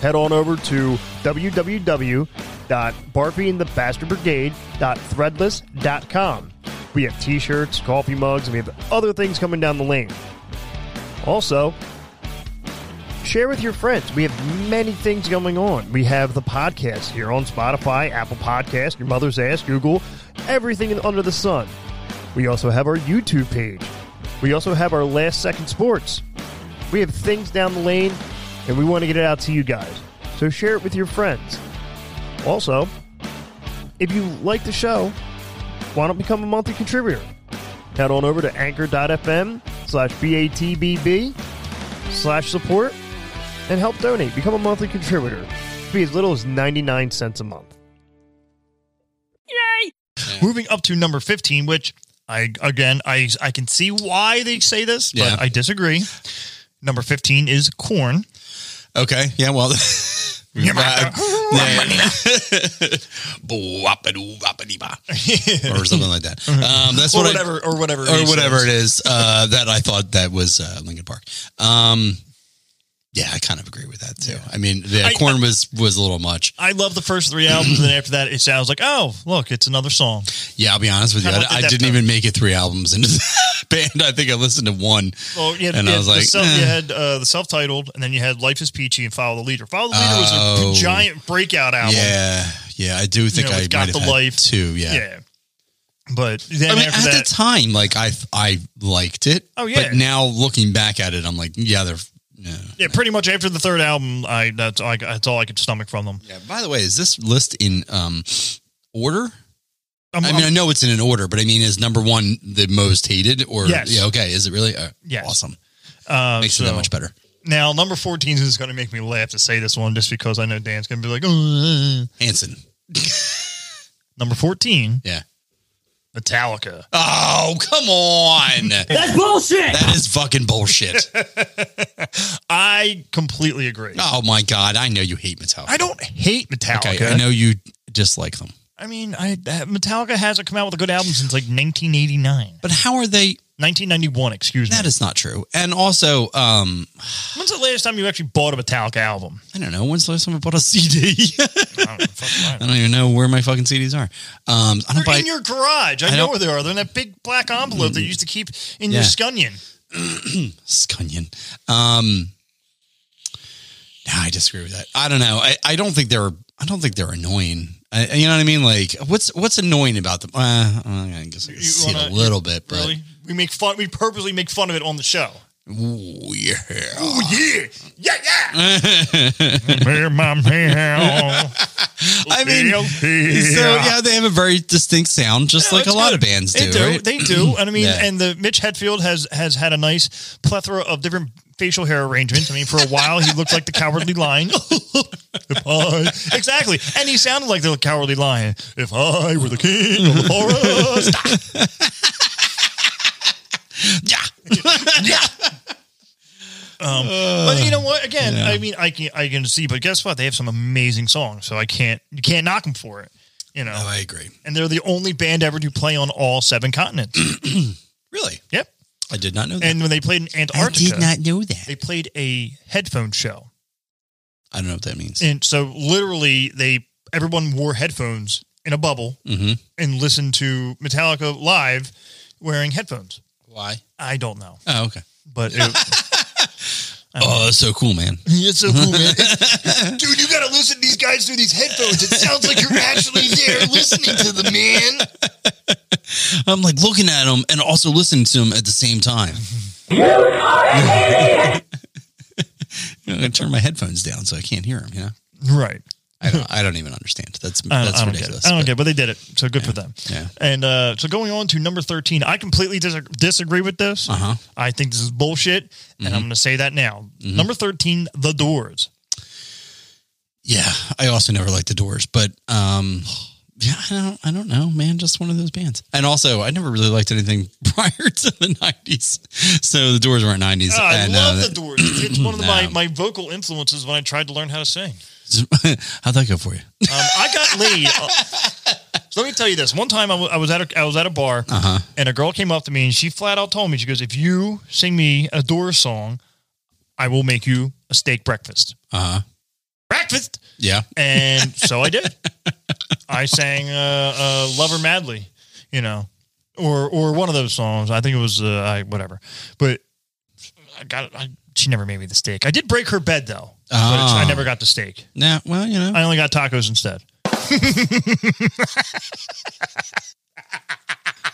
Speaker 6: Head on over to www.barfyandthebastardbrigade.threadless.com. We have t shirts, coffee mugs, and we have other things coming down the lane. Also, share with your friends. We have many things going on. We have the podcast here on Spotify, Apple Podcast, Your Mother's Ass, Google, everything under the sun. We also have our YouTube page. We also have our Last Second Sports. We have things down the lane, and we want to get it out to you guys. So share it with your friends. Also, if you like the show, why don't become a monthly contributor? Head on over to anchor.fm slash BATBB slash support and help donate. Become a monthly contributor. Be as little as 99 cents a month.
Speaker 3: Moving up to number fifteen, which I again I I can see why they say this,
Speaker 2: Yeah.
Speaker 3: but I disagree. Number fifteen is corn.
Speaker 2: Okay. Yeah. Well. Uh, yeah. Boo-wop-a-doo-wop-a-dee-ba. or something like that. Um, that's
Speaker 3: Or
Speaker 2: what I-
Speaker 3: whatever- or whatever it
Speaker 2: or
Speaker 3: is.
Speaker 2: whatever it is uh, that I thought that was uh, Lincoln Park. Um, yeah, I kind of agree with that too. I mean, the
Speaker 3: I-
Speaker 2: corn was was a little much.
Speaker 3: I love the first three albums, and then after that, it sounds like oh look, it's another song.
Speaker 2: Yeah, I'll be honest with you.
Speaker 3: Kinda
Speaker 2: I,
Speaker 3: like the
Speaker 2: I
Speaker 3: Death
Speaker 2: didn't
Speaker 3: Note.
Speaker 2: even make it three albums into the band. I think I listened to one.
Speaker 3: Well, you had,
Speaker 2: And
Speaker 3: you
Speaker 2: I
Speaker 3: had
Speaker 2: was
Speaker 3: the
Speaker 2: like,
Speaker 3: self- you
Speaker 2: eh.
Speaker 3: had uh, the self-titled, and then you had Life Is Peachy and Follow the Leader. Follow the Leader
Speaker 2: Oh.
Speaker 3: was a giant breakout album.
Speaker 2: Yeah, yeah, I do think
Speaker 3: know,
Speaker 2: I
Speaker 3: it's Got
Speaker 2: might
Speaker 3: the
Speaker 2: have had
Speaker 3: Life.
Speaker 2: two. Yeah.
Speaker 3: yeah. But then
Speaker 2: I mean, at
Speaker 3: after that,
Speaker 2: the time, like I I liked it.
Speaker 3: Oh, yeah.
Speaker 2: But now looking back at it, I'm like, yeah, they're. Yeah.
Speaker 3: yeah, pretty much after the third album, I that's all I, that's all I could stomach from them.
Speaker 2: yeah. By the way, is this list in um order?
Speaker 3: Um,
Speaker 2: I mean, I
Speaker 3: um,
Speaker 2: know it's in an order, but I mean, is number one the most hated? Or
Speaker 3: Yes.
Speaker 2: yeah, okay, is it really? Uh,
Speaker 3: Yes.
Speaker 2: awesome.
Speaker 3: uh,
Speaker 2: Makes it that
Speaker 3: so-
Speaker 2: much better.
Speaker 3: Now, number fourteen is going to make me laugh to say this one, just because I know Dan's going to be like, "Ugh."
Speaker 2: Hanson.
Speaker 3: number fourteen,
Speaker 2: Yeah.
Speaker 3: Metallica.
Speaker 2: Oh, come on.
Speaker 5: That's bullshit.
Speaker 2: that is fucking bullshit.
Speaker 3: I completely agree.
Speaker 2: Oh my god, I know you hate Metallica.
Speaker 3: I don't hate Metallica.
Speaker 2: Okay, I know you dislike them,
Speaker 3: I mean, I that- Metallica hasn't come out with a good album since like 1989,
Speaker 2: but how are they?
Speaker 3: 1991. Excuse me.
Speaker 2: That is not true. And also, um,
Speaker 3: When's the latest time you actually bought a Metallica album?
Speaker 2: I don't know. When's the last time I bought a CD?
Speaker 3: I don't know, fuck, I
Speaker 2: I
Speaker 3: don't know.
Speaker 2: don't even know where my fucking CDs are. Um, I
Speaker 3: They're
Speaker 2: don't buy.
Speaker 3: in your garage. I,
Speaker 2: I
Speaker 3: know
Speaker 2: don't- Mm-hmm.
Speaker 3: where they are. They're in that big black envelope that you used to keep in your
Speaker 2: Yeah.
Speaker 3: scunion.
Speaker 2: Scunion. Um, no, I disagree with that. I don't know. I, I don't think they're. I don't think they're annoying. I, you know what I mean? Like, what's what's annoying about them? Uh, I guess I can
Speaker 3: You
Speaker 2: see it
Speaker 3: wanna-
Speaker 2: a little bit, but
Speaker 3: Really? We make fun. We purposely make fun of it on the show.
Speaker 2: Ooh, yeah.
Speaker 3: Oh yeah, yeah, yeah. Where my mail?
Speaker 2: I mean,
Speaker 3: Yeah.
Speaker 2: so yeah, they have a very distinct sound, just
Speaker 3: No,
Speaker 2: like a
Speaker 3: it's
Speaker 2: lot
Speaker 3: good.
Speaker 2: of bands do.
Speaker 3: They do.
Speaker 2: right?
Speaker 3: They do. And I mean,
Speaker 2: Yeah.
Speaker 3: and the Mitch Hetfield has has had a nice plethora of different facial hair arrangements. I mean, for a while he looked like the cowardly lion. if I, exactly, and he sounded like the cowardly lion. If I were the king of the forest,
Speaker 2: yeah.
Speaker 3: but you know what? Again, I mean, I can I can see, but guess what? They have some amazing songs, so I can't you can't knock them for it. You know,
Speaker 2: Oh, I agree.
Speaker 3: and they're the only band ever to play on all seven continents.
Speaker 2: Really,
Speaker 3: yep.
Speaker 2: I did not know that.
Speaker 3: And when they played in Antarctica,
Speaker 2: know that.
Speaker 3: they played a headphone show.
Speaker 2: I don't know what that means.
Speaker 3: And so literally they everyone wore headphones in a bubble
Speaker 2: hmm
Speaker 3: and listened to Metallica live wearing headphones.
Speaker 2: Why?
Speaker 3: I don't know.
Speaker 2: Oh, okay.
Speaker 3: But it,
Speaker 2: Oh, that's so cool, man.
Speaker 3: It's so cool, man. Dude, you gotta listen to these guys through these headphones. It sounds like you're actually there listening to the man.
Speaker 2: I'm like looking at him and also listening to him at the same time. You know, I'm gonna turn my headphones down so I can't hear him. You know,
Speaker 3: Right.
Speaker 2: I don't, I don't even understand. That's
Speaker 3: I don't,
Speaker 2: that's
Speaker 3: I don't get
Speaker 2: ridiculous.
Speaker 3: it. I don't
Speaker 2: but-
Speaker 3: get it, but they did it. So good for them.
Speaker 2: yeah.
Speaker 3: And uh, so going on to number 13, I completely dis- disagree with this.
Speaker 2: Uh-huh. Mm-hmm.
Speaker 3: I think this is bullshit. And I'm going to say that now. Number 13, The Doors.
Speaker 2: Yeah, I also never liked the Doors, but um, yeah, I don't, I don't know, man. Just one of those bands. And also, I never really liked anything prior to the '90s, so the Doors weren't '90s.
Speaker 3: Oh, I
Speaker 2: and,
Speaker 3: love
Speaker 2: uh,
Speaker 3: The Doors. It's one of the,
Speaker 2: No.
Speaker 3: my, my vocal influences when I tried to learn how to sing.
Speaker 2: How'd that go for you?
Speaker 3: Um, I got laid. So let me tell you this. One time I wa- I was at a, I was at a bar
Speaker 2: Uh-huh,
Speaker 3: and a girl came up to me and she flat out told me, she goes, if you sing me a Doors song, I will make you a steak breakfast.
Speaker 2: Uh huh.
Speaker 3: Breakfast.
Speaker 2: Yeah.
Speaker 3: And so I did. I sang uh, uh, "Lover Madly," you know, or or one of those songs. I think it was uh, I, whatever. But I got I, she never made me the steak. I did break her bed though. But it's-
Speaker 2: Ah.
Speaker 3: I never got the steak.
Speaker 2: Now, well, you know,
Speaker 3: I only got tacos instead.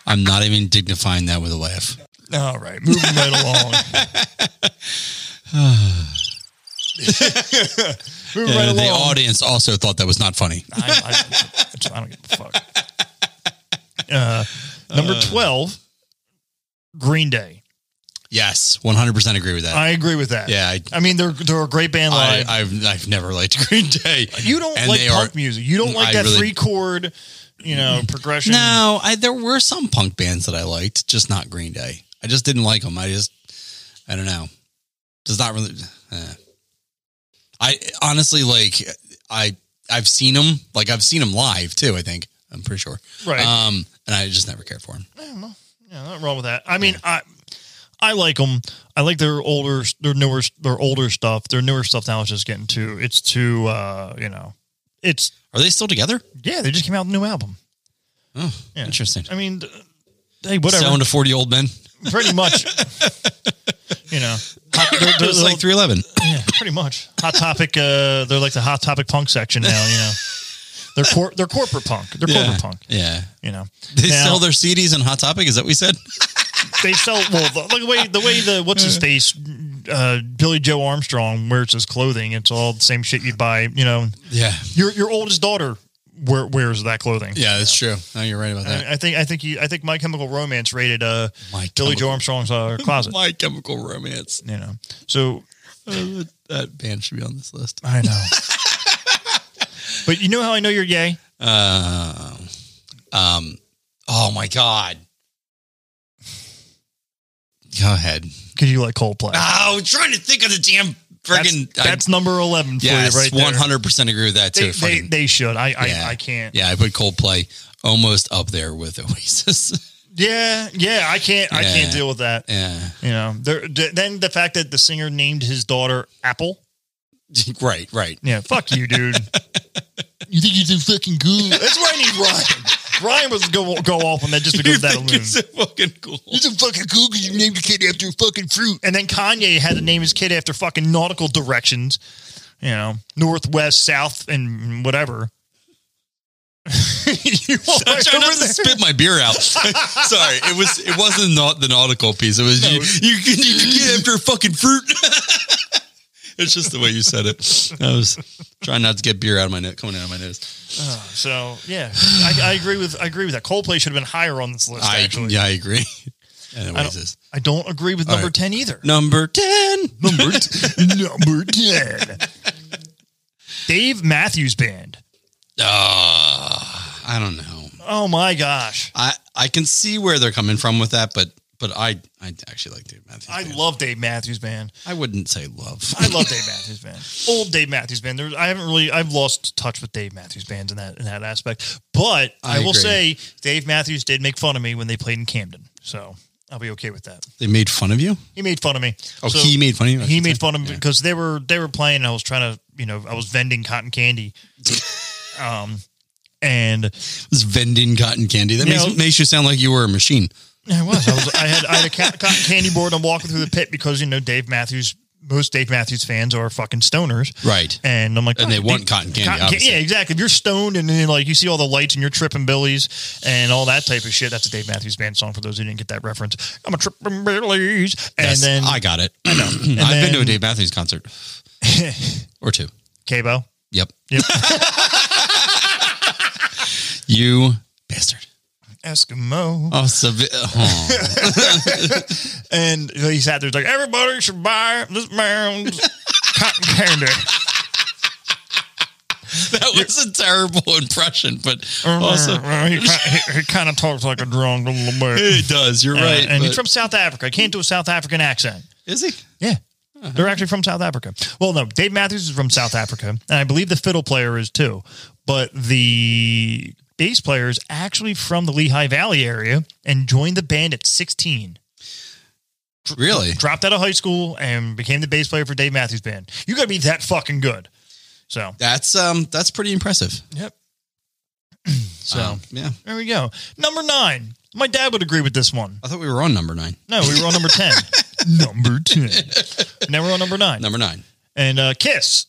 Speaker 2: I'm not even dignifying that with a laugh.
Speaker 3: All right, moving right along. moving right
Speaker 2: Uh, the
Speaker 3: along.
Speaker 2: audience also thought that was not funny.
Speaker 3: I, I, it's- I don't give a fuck. Uh, number twelve, Green Day.
Speaker 2: Yes, 100 percent agree with that.
Speaker 3: I agree with that.
Speaker 2: yeah, I,
Speaker 3: I mean, they're they're a great band
Speaker 2: I,
Speaker 3: live.
Speaker 2: I've, I've never liked Green Day.
Speaker 3: you don't
Speaker 2: And
Speaker 3: like
Speaker 2: they
Speaker 3: punk
Speaker 2: are-
Speaker 3: music. You don't like
Speaker 2: I
Speaker 3: that
Speaker 2: really- Mm-hmm.
Speaker 3: three chord, you know, progression.
Speaker 2: No, I, there were some punk bands that I liked, just not Green Day. I just didn't like them. I just, I don't know. Does not really. eh. I honestly like. I I've seen them. Like I've seen them live too. I think I'm pretty sure.
Speaker 3: right?
Speaker 2: Um, and I just never cared for them.
Speaker 3: yeah, not wrong with that. I mean, I I like them. I like their older, their newer, their older stuff. Their newer stuff now is just getting too. It's too, uh, you know, it's
Speaker 2: Are they still together?
Speaker 3: yeah. They just came out with a new album.
Speaker 2: Oh,
Speaker 3: Yeah.
Speaker 2: interesting.
Speaker 3: I mean, th- hey, whatever.
Speaker 2: Selling to forty old men.
Speaker 3: pretty much, you know, hot, they're- they're-
Speaker 2: It's like three eleven.
Speaker 3: Yeah, pretty much. Hot topic. Uh, they're like the hot topic punk section now. You know, they're cor- they're corporate punk. They're
Speaker 2: Yeah.
Speaker 3: corporate punk.
Speaker 2: Yeah.
Speaker 3: You know,
Speaker 2: They
Speaker 3: Now-
Speaker 2: sell their CDs on Hot Topic. Is that what we said?
Speaker 3: they sell well. The, like the way the way the what's his face, uh, Billy Joe Armstrong wears his clothing. It's all the same shit you'd buy. You know,
Speaker 2: Yeah.
Speaker 3: your your oldest daughter wear, wears that clothing.
Speaker 2: Yeah, that's true. No, you're right about that.
Speaker 3: I, I think I think he, I think My Chemical Romance rated uh
Speaker 2: My
Speaker 3: Billy Joe
Speaker 2: Chemical-
Speaker 3: Armstrong's uh, closet.
Speaker 2: My Chemical Romance.
Speaker 3: you know, so
Speaker 2: Uh, that band should be on this list.
Speaker 3: I know. but you know how I know you're gay?
Speaker 2: Uh, um. Oh my God. Go ahead.
Speaker 3: Because you like Coldplay.
Speaker 2: Oh, I'm trying to think of the damn friggin'
Speaker 3: that's, that's number eleven for
Speaker 2: I,
Speaker 3: you,
Speaker 2: yes,
Speaker 3: right there.
Speaker 2: one hundred percent agree with that too.
Speaker 3: They, they,
Speaker 2: Fucking-
Speaker 3: they should. I I,
Speaker 2: Yeah.
Speaker 3: I can't.
Speaker 2: yeah, I put Coldplay almost up there with Oasis.
Speaker 3: Yeah, yeah. I can't. I
Speaker 2: Yeah.
Speaker 3: can't deal with that.
Speaker 2: yeah,
Speaker 3: You know, there, d- then the fact that the singer named his daughter Apple.
Speaker 2: right, right.
Speaker 3: Yeah, fuck you, dude. you think you're so fucking cool? That's where I need Ryan. Ryan was go go off on that just because of that alone.
Speaker 2: so fucking cool.
Speaker 3: You're so fucking cool because you named your kid after a fucking fruit. And then Kanye had to name his kid after fucking nautical directions. You know, northwest, south, and whatever. you all
Speaker 2: I'm
Speaker 3: right
Speaker 2: trying
Speaker 3: over
Speaker 2: not to
Speaker 3: there?
Speaker 2: spit my beer out. Sorry, it was it wasn't not the nautical piece. It was you you you you get after a fucking fruit. it's just the way you said it. I was trying not to get beer out of my nose coming out of my nose.
Speaker 3: So yeah, I, I agree with I agree with that. Coldplay should have been higher on this list.
Speaker 2: I
Speaker 3: actually,
Speaker 2: yeah, I agree.
Speaker 3: I don't-
Speaker 2: Anyways,
Speaker 3: I don't agree with
Speaker 2: All
Speaker 3: number
Speaker 2: right.
Speaker 3: ten either.
Speaker 2: number ten.
Speaker 3: Number t- number ten. Dave Matthews Band.
Speaker 2: Ah, I don't know.
Speaker 3: Oh my gosh,
Speaker 2: I I can see where they're coming from with that, but but I I actually like Dave Matthews.
Speaker 3: I
Speaker 2: Band.
Speaker 3: love Dave Matthews Band.
Speaker 2: I wouldn't say love.
Speaker 3: I love Dave Matthews Band. Old Dave Matthews Band. There's, I haven't really I've lost touch with Dave Matthews Band in that in that aspect. But I,
Speaker 2: I
Speaker 3: will
Speaker 2: agree.
Speaker 3: say Dave Matthews did make fun of me when they played in Camden. So I'll be okay with that.
Speaker 2: they made fun of you.
Speaker 3: He made fun of me.
Speaker 2: Oh,
Speaker 3: So-
Speaker 2: he made fun of you. I
Speaker 3: he
Speaker 2: should
Speaker 3: made
Speaker 2: say.
Speaker 3: fun of me
Speaker 2: Yeah.
Speaker 3: because they were they were playing. And I was trying to you know I was vending cotton candy, um, and
Speaker 2: This vending cotton candy that
Speaker 3: You
Speaker 2: makes,
Speaker 3: know-
Speaker 2: makes you sound like you were a machine.
Speaker 3: I was I was I had I had a ca- cotton candy board. I'm walking through the pit because you know Dave Matthews most Dave Matthews fans are fucking stoners,
Speaker 2: Right.
Speaker 3: And I'm like,
Speaker 2: And they
Speaker 3: "Oh,
Speaker 2: want
Speaker 3: dude,
Speaker 2: cotton candy,
Speaker 3: ca-
Speaker 2: obviously."
Speaker 3: yeah, exactly. If you're stoned and then like you see all the lights and you're tripping billies and all that type of shit, that's a Dave Matthews Band song. For those who didn't get that reference, I'm a tripping billies, and
Speaker 2: Yes,
Speaker 3: then
Speaker 2: I got it. I know. I've been to a
Speaker 3: then-
Speaker 2: Dave Matthews concert or two.
Speaker 3: Cabo.
Speaker 2: Yep.
Speaker 3: Yep.
Speaker 2: You bastard.
Speaker 3: Eskimo.
Speaker 2: Oh, Savi- oh.
Speaker 3: And he sat there like, everybody should buy this man's cotton candy.
Speaker 2: that was a terrible impression, but also
Speaker 3: he, ki- he, kind of talks like a drunk a little bit.
Speaker 2: it does. You're
Speaker 3: Uh,
Speaker 2: right.
Speaker 3: and he's
Speaker 2: but-
Speaker 3: from South Africa. I can't do a South African accent.
Speaker 2: is he?
Speaker 3: Yeah. They're actually from South Africa. Well, no, Dave Matthews is from South Africa, and I believe the fiddle player is too. But the bass player is actually from the Lehigh Valley area and joined the band at 16.
Speaker 2: Really?
Speaker 3: Dropped out of high school and became the bass player for Dave Matthews Band. You got to be that fucking good. So,
Speaker 2: That's um. That's pretty impressive.
Speaker 3: yep. so,
Speaker 2: Um, yeah.
Speaker 3: there we go. Number nine. My dad would agree with this one.
Speaker 2: I thought we were on number nine.
Speaker 3: No, we were on number 10. number 10. Now we're on number nine.
Speaker 2: Number nine.
Speaker 3: And uh, Kiss.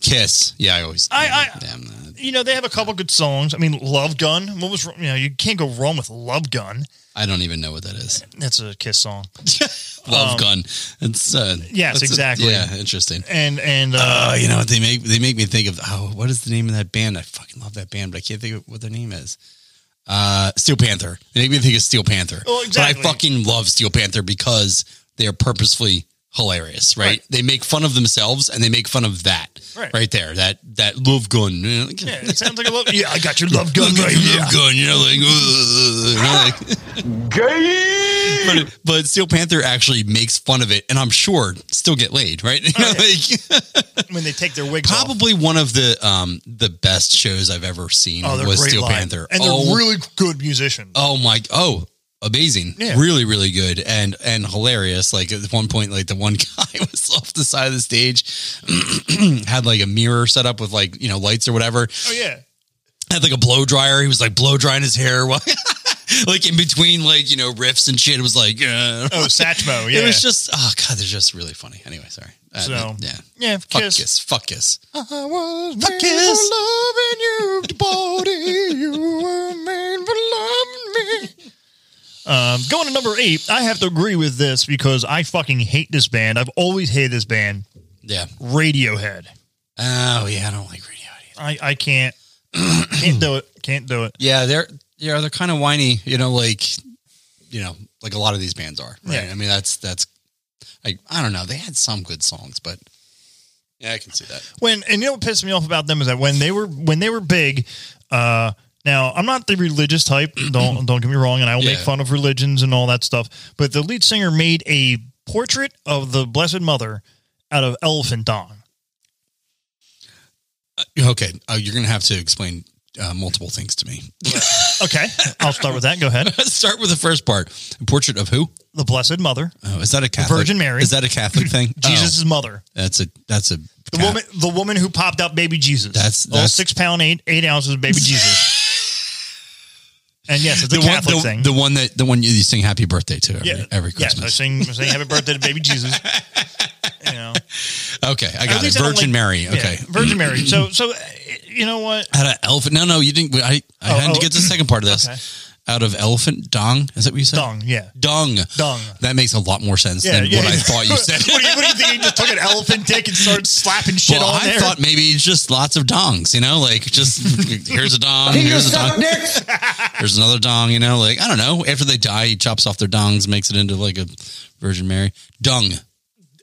Speaker 2: Kiss. Yeah, I always.
Speaker 3: I- I-
Speaker 2: damn that.
Speaker 3: you know they have a couple good songs. I mean, Love Gun. What was wrong- you know you can't go wrong with Love Gun.
Speaker 2: I don't even know what that is.
Speaker 3: That's a Kiss song.
Speaker 2: Love
Speaker 3: Um,
Speaker 2: Gun. It's uh.
Speaker 3: Yes,
Speaker 2: that's a-
Speaker 3: exactly.
Speaker 2: yeah, interesting.
Speaker 3: And and uh,
Speaker 2: Oh, you know what they make? They make me think of oh, what is the name of that band? I fucking love that band, but I can't think of what their name is. Uh, Steel Panther. They make me think of Steel Panther.
Speaker 3: Oh, exactly.
Speaker 2: But I fucking love Steel Panther because they are purposefully hilarious, right?
Speaker 3: Right.
Speaker 2: They make fun of themselves and they make fun of that
Speaker 3: Right.
Speaker 2: there. That that love gun. Yeah,
Speaker 3: yeah, it sounds like a love. Yeah, I got your Love Gun
Speaker 2: Look at
Speaker 3: right
Speaker 2: your
Speaker 3: here.
Speaker 2: love gun. You know, like, you know, like but, but Steel Panther actually makes fun of it, and I'm sure still get laid, right? You know, like-
Speaker 3: When they take their wigs off.
Speaker 2: probably one of the um the best shows I've ever seen
Speaker 3: Oh, they're
Speaker 2: was
Speaker 3: great
Speaker 2: Steel
Speaker 3: live.
Speaker 2: Panther.
Speaker 3: and they're
Speaker 2: oh,
Speaker 3: really good musicians.
Speaker 2: oh my oh amazing.
Speaker 3: Yeah.
Speaker 2: Really, really good and and hilarious. Like at one point, like the one guy was off the side of the stage, had like a mirror set up with like, you know, lights or whatever.
Speaker 3: Oh yeah,
Speaker 2: Had like a blow dryer. He was like blow drying his hair while like in between like, you know, riffs and shit. It was like uh,
Speaker 3: oh Satchmo. Yeah,
Speaker 2: it was just oh god, they're just really funny. Anyway, sorry. Uh,
Speaker 3: So,
Speaker 2: yeah.
Speaker 3: yeah.
Speaker 2: Fuck
Speaker 3: Kiss.
Speaker 2: kiss. Fuck kiss.
Speaker 3: I was made
Speaker 2: Kiss.
Speaker 3: for loving you, body. You were made for loving me. Um, going to number eight, I have to agree with this because I fucking hate this band. I've always hated this band,
Speaker 2: Yeah.
Speaker 3: Radiohead.
Speaker 2: Oh yeah, I don't like radio either.
Speaker 3: I, I can't can't do it. Can't do it.
Speaker 2: Yeah, they're yeah, they're kind of whiny, you know, like you know, like a lot of these bands are. Right.
Speaker 3: Yeah.
Speaker 2: I mean, that's that's like I don't know. They had some good songs, but yeah, I can see that.
Speaker 3: When and you know what pissed me off about them is that when they were when they were big, uh now I'm not the religious type, don't don't get me wrong, and I will make
Speaker 2: Yeah.
Speaker 3: fun of religions and all that stuff. But the lead singer made a portrait of the Blessed Mother out of elephant dung.
Speaker 2: Okay, uh, you're gonna have to explain uh, multiple things to me.
Speaker 3: Okay. I'll start with that. Go ahead.
Speaker 2: Let's start with the first part. A portrait of who?
Speaker 3: The Blessed Mother,
Speaker 2: Oh, is that a Catholic?
Speaker 3: Virgin Mary.
Speaker 2: Is that a Catholic thing?
Speaker 3: Jesus' mother.
Speaker 2: Oh, that's a that's a
Speaker 3: The woman the woman who popped out baby Jesus.
Speaker 2: That's-
Speaker 3: all
Speaker 2: that's-
Speaker 3: six pound eight eight ounces of baby Jesus. And yes, it's a
Speaker 2: The one,
Speaker 3: Catholic
Speaker 2: the,
Speaker 3: thing.
Speaker 2: the one that the one you, you sing Happy Birthday to every, every
Speaker 3: Yes, I
Speaker 2: Christmas.
Speaker 3: sing, I sing Happy Birthday to Baby Jesus. You know,
Speaker 2: okay, I
Speaker 3: At
Speaker 2: got it.
Speaker 3: least I don't
Speaker 2: Virgin
Speaker 3: like-
Speaker 2: Mary.
Speaker 3: yeah,
Speaker 2: Okay,
Speaker 3: Virgin Mary. So, so uh, you know what?
Speaker 2: out of elephant. No, no, you didn't. I, I
Speaker 3: Oh,
Speaker 2: had to
Speaker 3: oh.
Speaker 2: get to the second part of this.
Speaker 3: Okay.
Speaker 2: Out of elephant dong, is that what you said?
Speaker 3: Dung, yeah,
Speaker 2: dung,
Speaker 3: dung.
Speaker 2: That makes a lot more sense
Speaker 3: Yeah,
Speaker 2: than
Speaker 3: yeah.
Speaker 2: what I thought you said.
Speaker 3: what, do you, what do you think? He just took an elephant dick and started slapping shit
Speaker 2: well,
Speaker 3: on
Speaker 2: I
Speaker 3: there.
Speaker 2: thought maybe it's just lots of dongs, you know, like just here's a dong, here's a dong, here's another dong, you know, like I don't know. After they die, he chops off their dongs, makes it into like a Virgin Mary dung,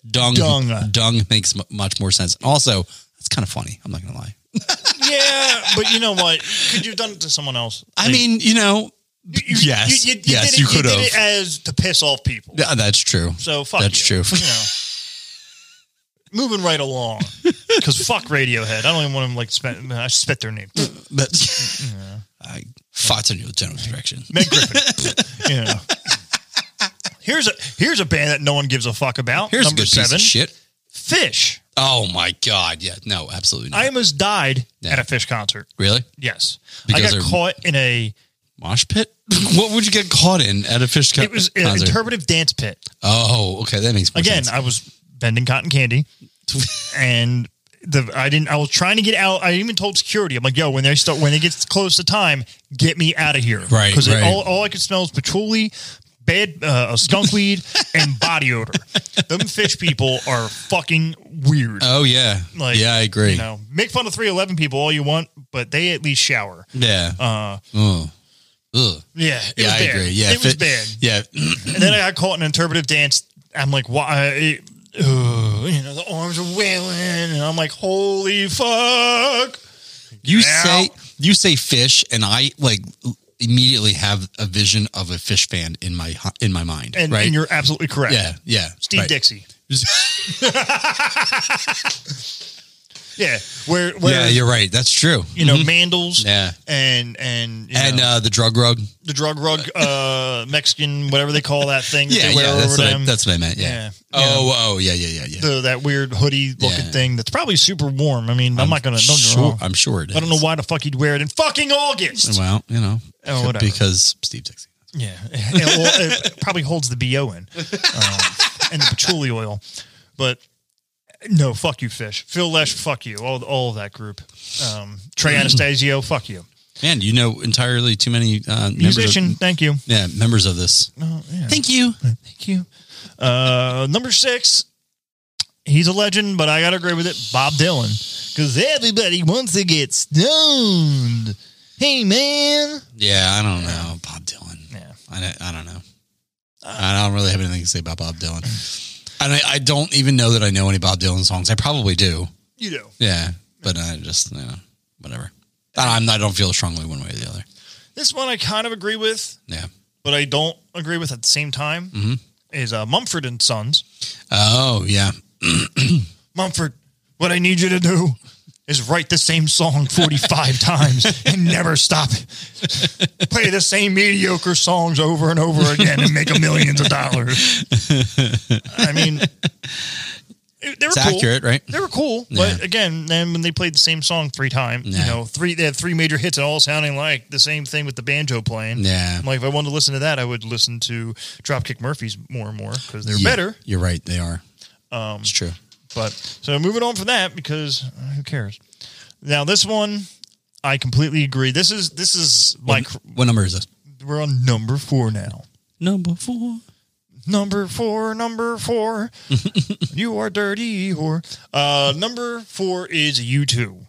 Speaker 2: dung,
Speaker 3: Dung.
Speaker 2: dung makes m- much more sense. Also, that's kind of funny. I'm not gonna lie.
Speaker 3: yeah, but you know what? Could you have done it to someone else?
Speaker 2: I mean, you know, yes,
Speaker 3: you, you, you
Speaker 2: yes,
Speaker 3: did it,
Speaker 2: you could
Speaker 3: did
Speaker 2: have.
Speaker 3: it as to piss off people.
Speaker 2: Yeah, that's true.
Speaker 3: So fuck.
Speaker 2: That's true.
Speaker 3: you, You know. Moving right along, because fuck Radiohead. I don't even want to like spend. I spit their name.
Speaker 2: But I fought in your general direction.
Speaker 3: Meg Griffin. you know. Here's a here's a band that no one gives a fuck about.
Speaker 2: Here's
Speaker 3: Number
Speaker 2: a good
Speaker 3: seven,
Speaker 2: piece of shit.
Speaker 3: Fish.
Speaker 2: Oh my god! Yeah, no, absolutely not.
Speaker 3: I almost died
Speaker 2: Yeah.
Speaker 3: at a Fish concert.
Speaker 2: really
Speaker 3: Yes,
Speaker 2: Because
Speaker 3: I
Speaker 2: they're-
Speaker 3: got caught in a
Speaker 2: mosh pit. What would you get caught in at a fish co-
Speaker 3: It was an
Speaker 2: concert?
Speaker 3: interpretive dance pit.
Speaker 2: oh, okay, that makes more
Speaker 3: Again,
Speaker 2: sense.
Speaker 3: I was bending cotton candy, and the I didn't. I was trying to get out. I even told security, I'm like, "Yo, when they start, when it gets close to time, get me out of here."
Speaker 2: Right,
Speaker 3: Because
Speaker 2: right.
Speaker 3: all, all I could smell is patchouli, bad uh, skunk weed, and body odor. Them fish people are fucking weird.
Speaker 2: Oh yeah,
Speaker 3: Like,
Speaker 2: yeah, I agree.
Speaker 3: You know, make fun of 311 people all you want, but they at least shower.
Speaker 2: yeah. Mm.
Speaker 3: Uh,
Speaker 2: Ugh. Ugh.
Speaker 3: yeah, it
Speaker 2: Yeah,
Speaker 3: was
Speaker 2: I
Speaker 3: bad.
Speaker 2: agree. Yeah,
Speaker 3: it
Speaker 2: if
Speaker 3: was bad.
Speaker 2: Yeah,
Speaker 3: And then I got caught in an interpretive dance. I'm like, why? it- ugh, you know, the arms are wailing, and I'm like, holy fuck!
Speaker 2: you
Speaker 3: Now-
Speaker 2: say you say fish, and I like immediately have a vision of a fish band in my in my mind.
Speaker 3: And,
Speaker 2: right?
Speaker 3: and you're absolutely correct.
Speaker 2: yeah, yeah.
Speaker 3: Steve
Speaker 2: right.
Speaker 3: Dixie. Yeah, where where
Speaker 2: yeah, you're right. That's true. Mm-hmm.
Speaker 3: you know Mandels.
Speaker 2: Yeah.
Speaker 3: and and you
Speaker 2: And
Speaker 3: know,
Speaker 2: uh, the drug rug.
Speaker 3: the drug rug uh, Mexican whatever they call that thing. That
Speaker 2: Yeah,
Speaker 3: they wear
Speaker 2: yeah.
Speaker 3: over
Speaker 2: That's what, I,
Speaker 3: them.
Speaker 2: that's what I meant. Yeah.
Speaker 3: Yeah.
Speaker 2: Oh, oh, yeah, yeah, yeah, yeah.
Speaker 3: the, that weird hoodie looking
Speaker 2: Yeah.
Speaker 3: thing that's probably super warm. I mean, I'm, not gonna. Don't get me
Speaker 2: sure.
Speaker 3: wrong.
Speaker 2: I'm sure it is.
Speaker 3: I don't know why the fuck you'd wear it in fucking August.
Speaker 2: Well, you know,
Speaker 3: Oh, whatever.
Speaker 2: because Steve Dixie.
Speaker 3: Yeah, it, well, it probably holds the bo in um, and the patchouli oil, but no, fuck you, fish. Phil Lesh, fuck you. All all of that group. Um, Trey Anastasio, fuck you.
Speaker 2: Man, you know entirely too many uh, members
Speaker 3: Musician,
Speaker 2: Of,
Speaker 3: thank you.
Speaker 2: yeah, members of this.
Speaker 3: Oh, yeah,
Speaker 2: Thank you.
Speaker 3: thank you. Uh, number six. He's a legend, but I gotta agree with it. Bob Dylan, because everybody wants to get stoned. Hey man,
Speaker 2: Yeah, I don't know Bob Dylan.
Speaker 3: yeah.
Speaker 2: I don't, I don't know. I don't really have anything to say about Bob Dylan.
Speaker 3: Mm.
Speaker 2: And I, I don't even know that I know any Bob Dylan songs. I probably do.
Speaker 3: you know.
Speaker 2: Yeah, but I just you know, whatever. I- I'm not, I don't feel strongly one way or the other.
Speaker 3: This one I kind of agree with.
Speaker 2: Yeah.
Speaker 3: but I don't agree with at the same time
Speaker 2: Mm-hmm.
Speaker 3: is uh, Mumford and Sons.
Speaker 2: Oh yeah.
Speaker 3: Mumford, what I need you to do is write the same song 45 times and never stop. Play the same mediocre songs over and over again and make a millions of dollars. I mean, it- they were
Speaker 2: It's
Speaker 3: cool.
Speaker 2: accurate, right?
Speaker 3: They were cool, but again, then when they played the same song three times,
Speaker 2: Yeah.
Speaker 3: you know, three they had three major hits and all sounding like the same thing with the banjo playing.
Speaker 2: Yeah.
Speaker 3: I'm like if I wanted to listen to that, I would listen to Dropkick Murphys more and more because they're
Speaker 2: Yeah,
Speaker 3: better. Um,
Speaker 2: You're right. They are. it's true.
Speaker 3: But so moving on from that because uh, who cares? Now this one, I completely agree. This is this is like
Speaker 2: What number is this?
Speaker 3: we're on number four now.
Speaker 2: Number four.
Speaker 3: Number four, number four, you are dirty whore. Uh, number four is you two.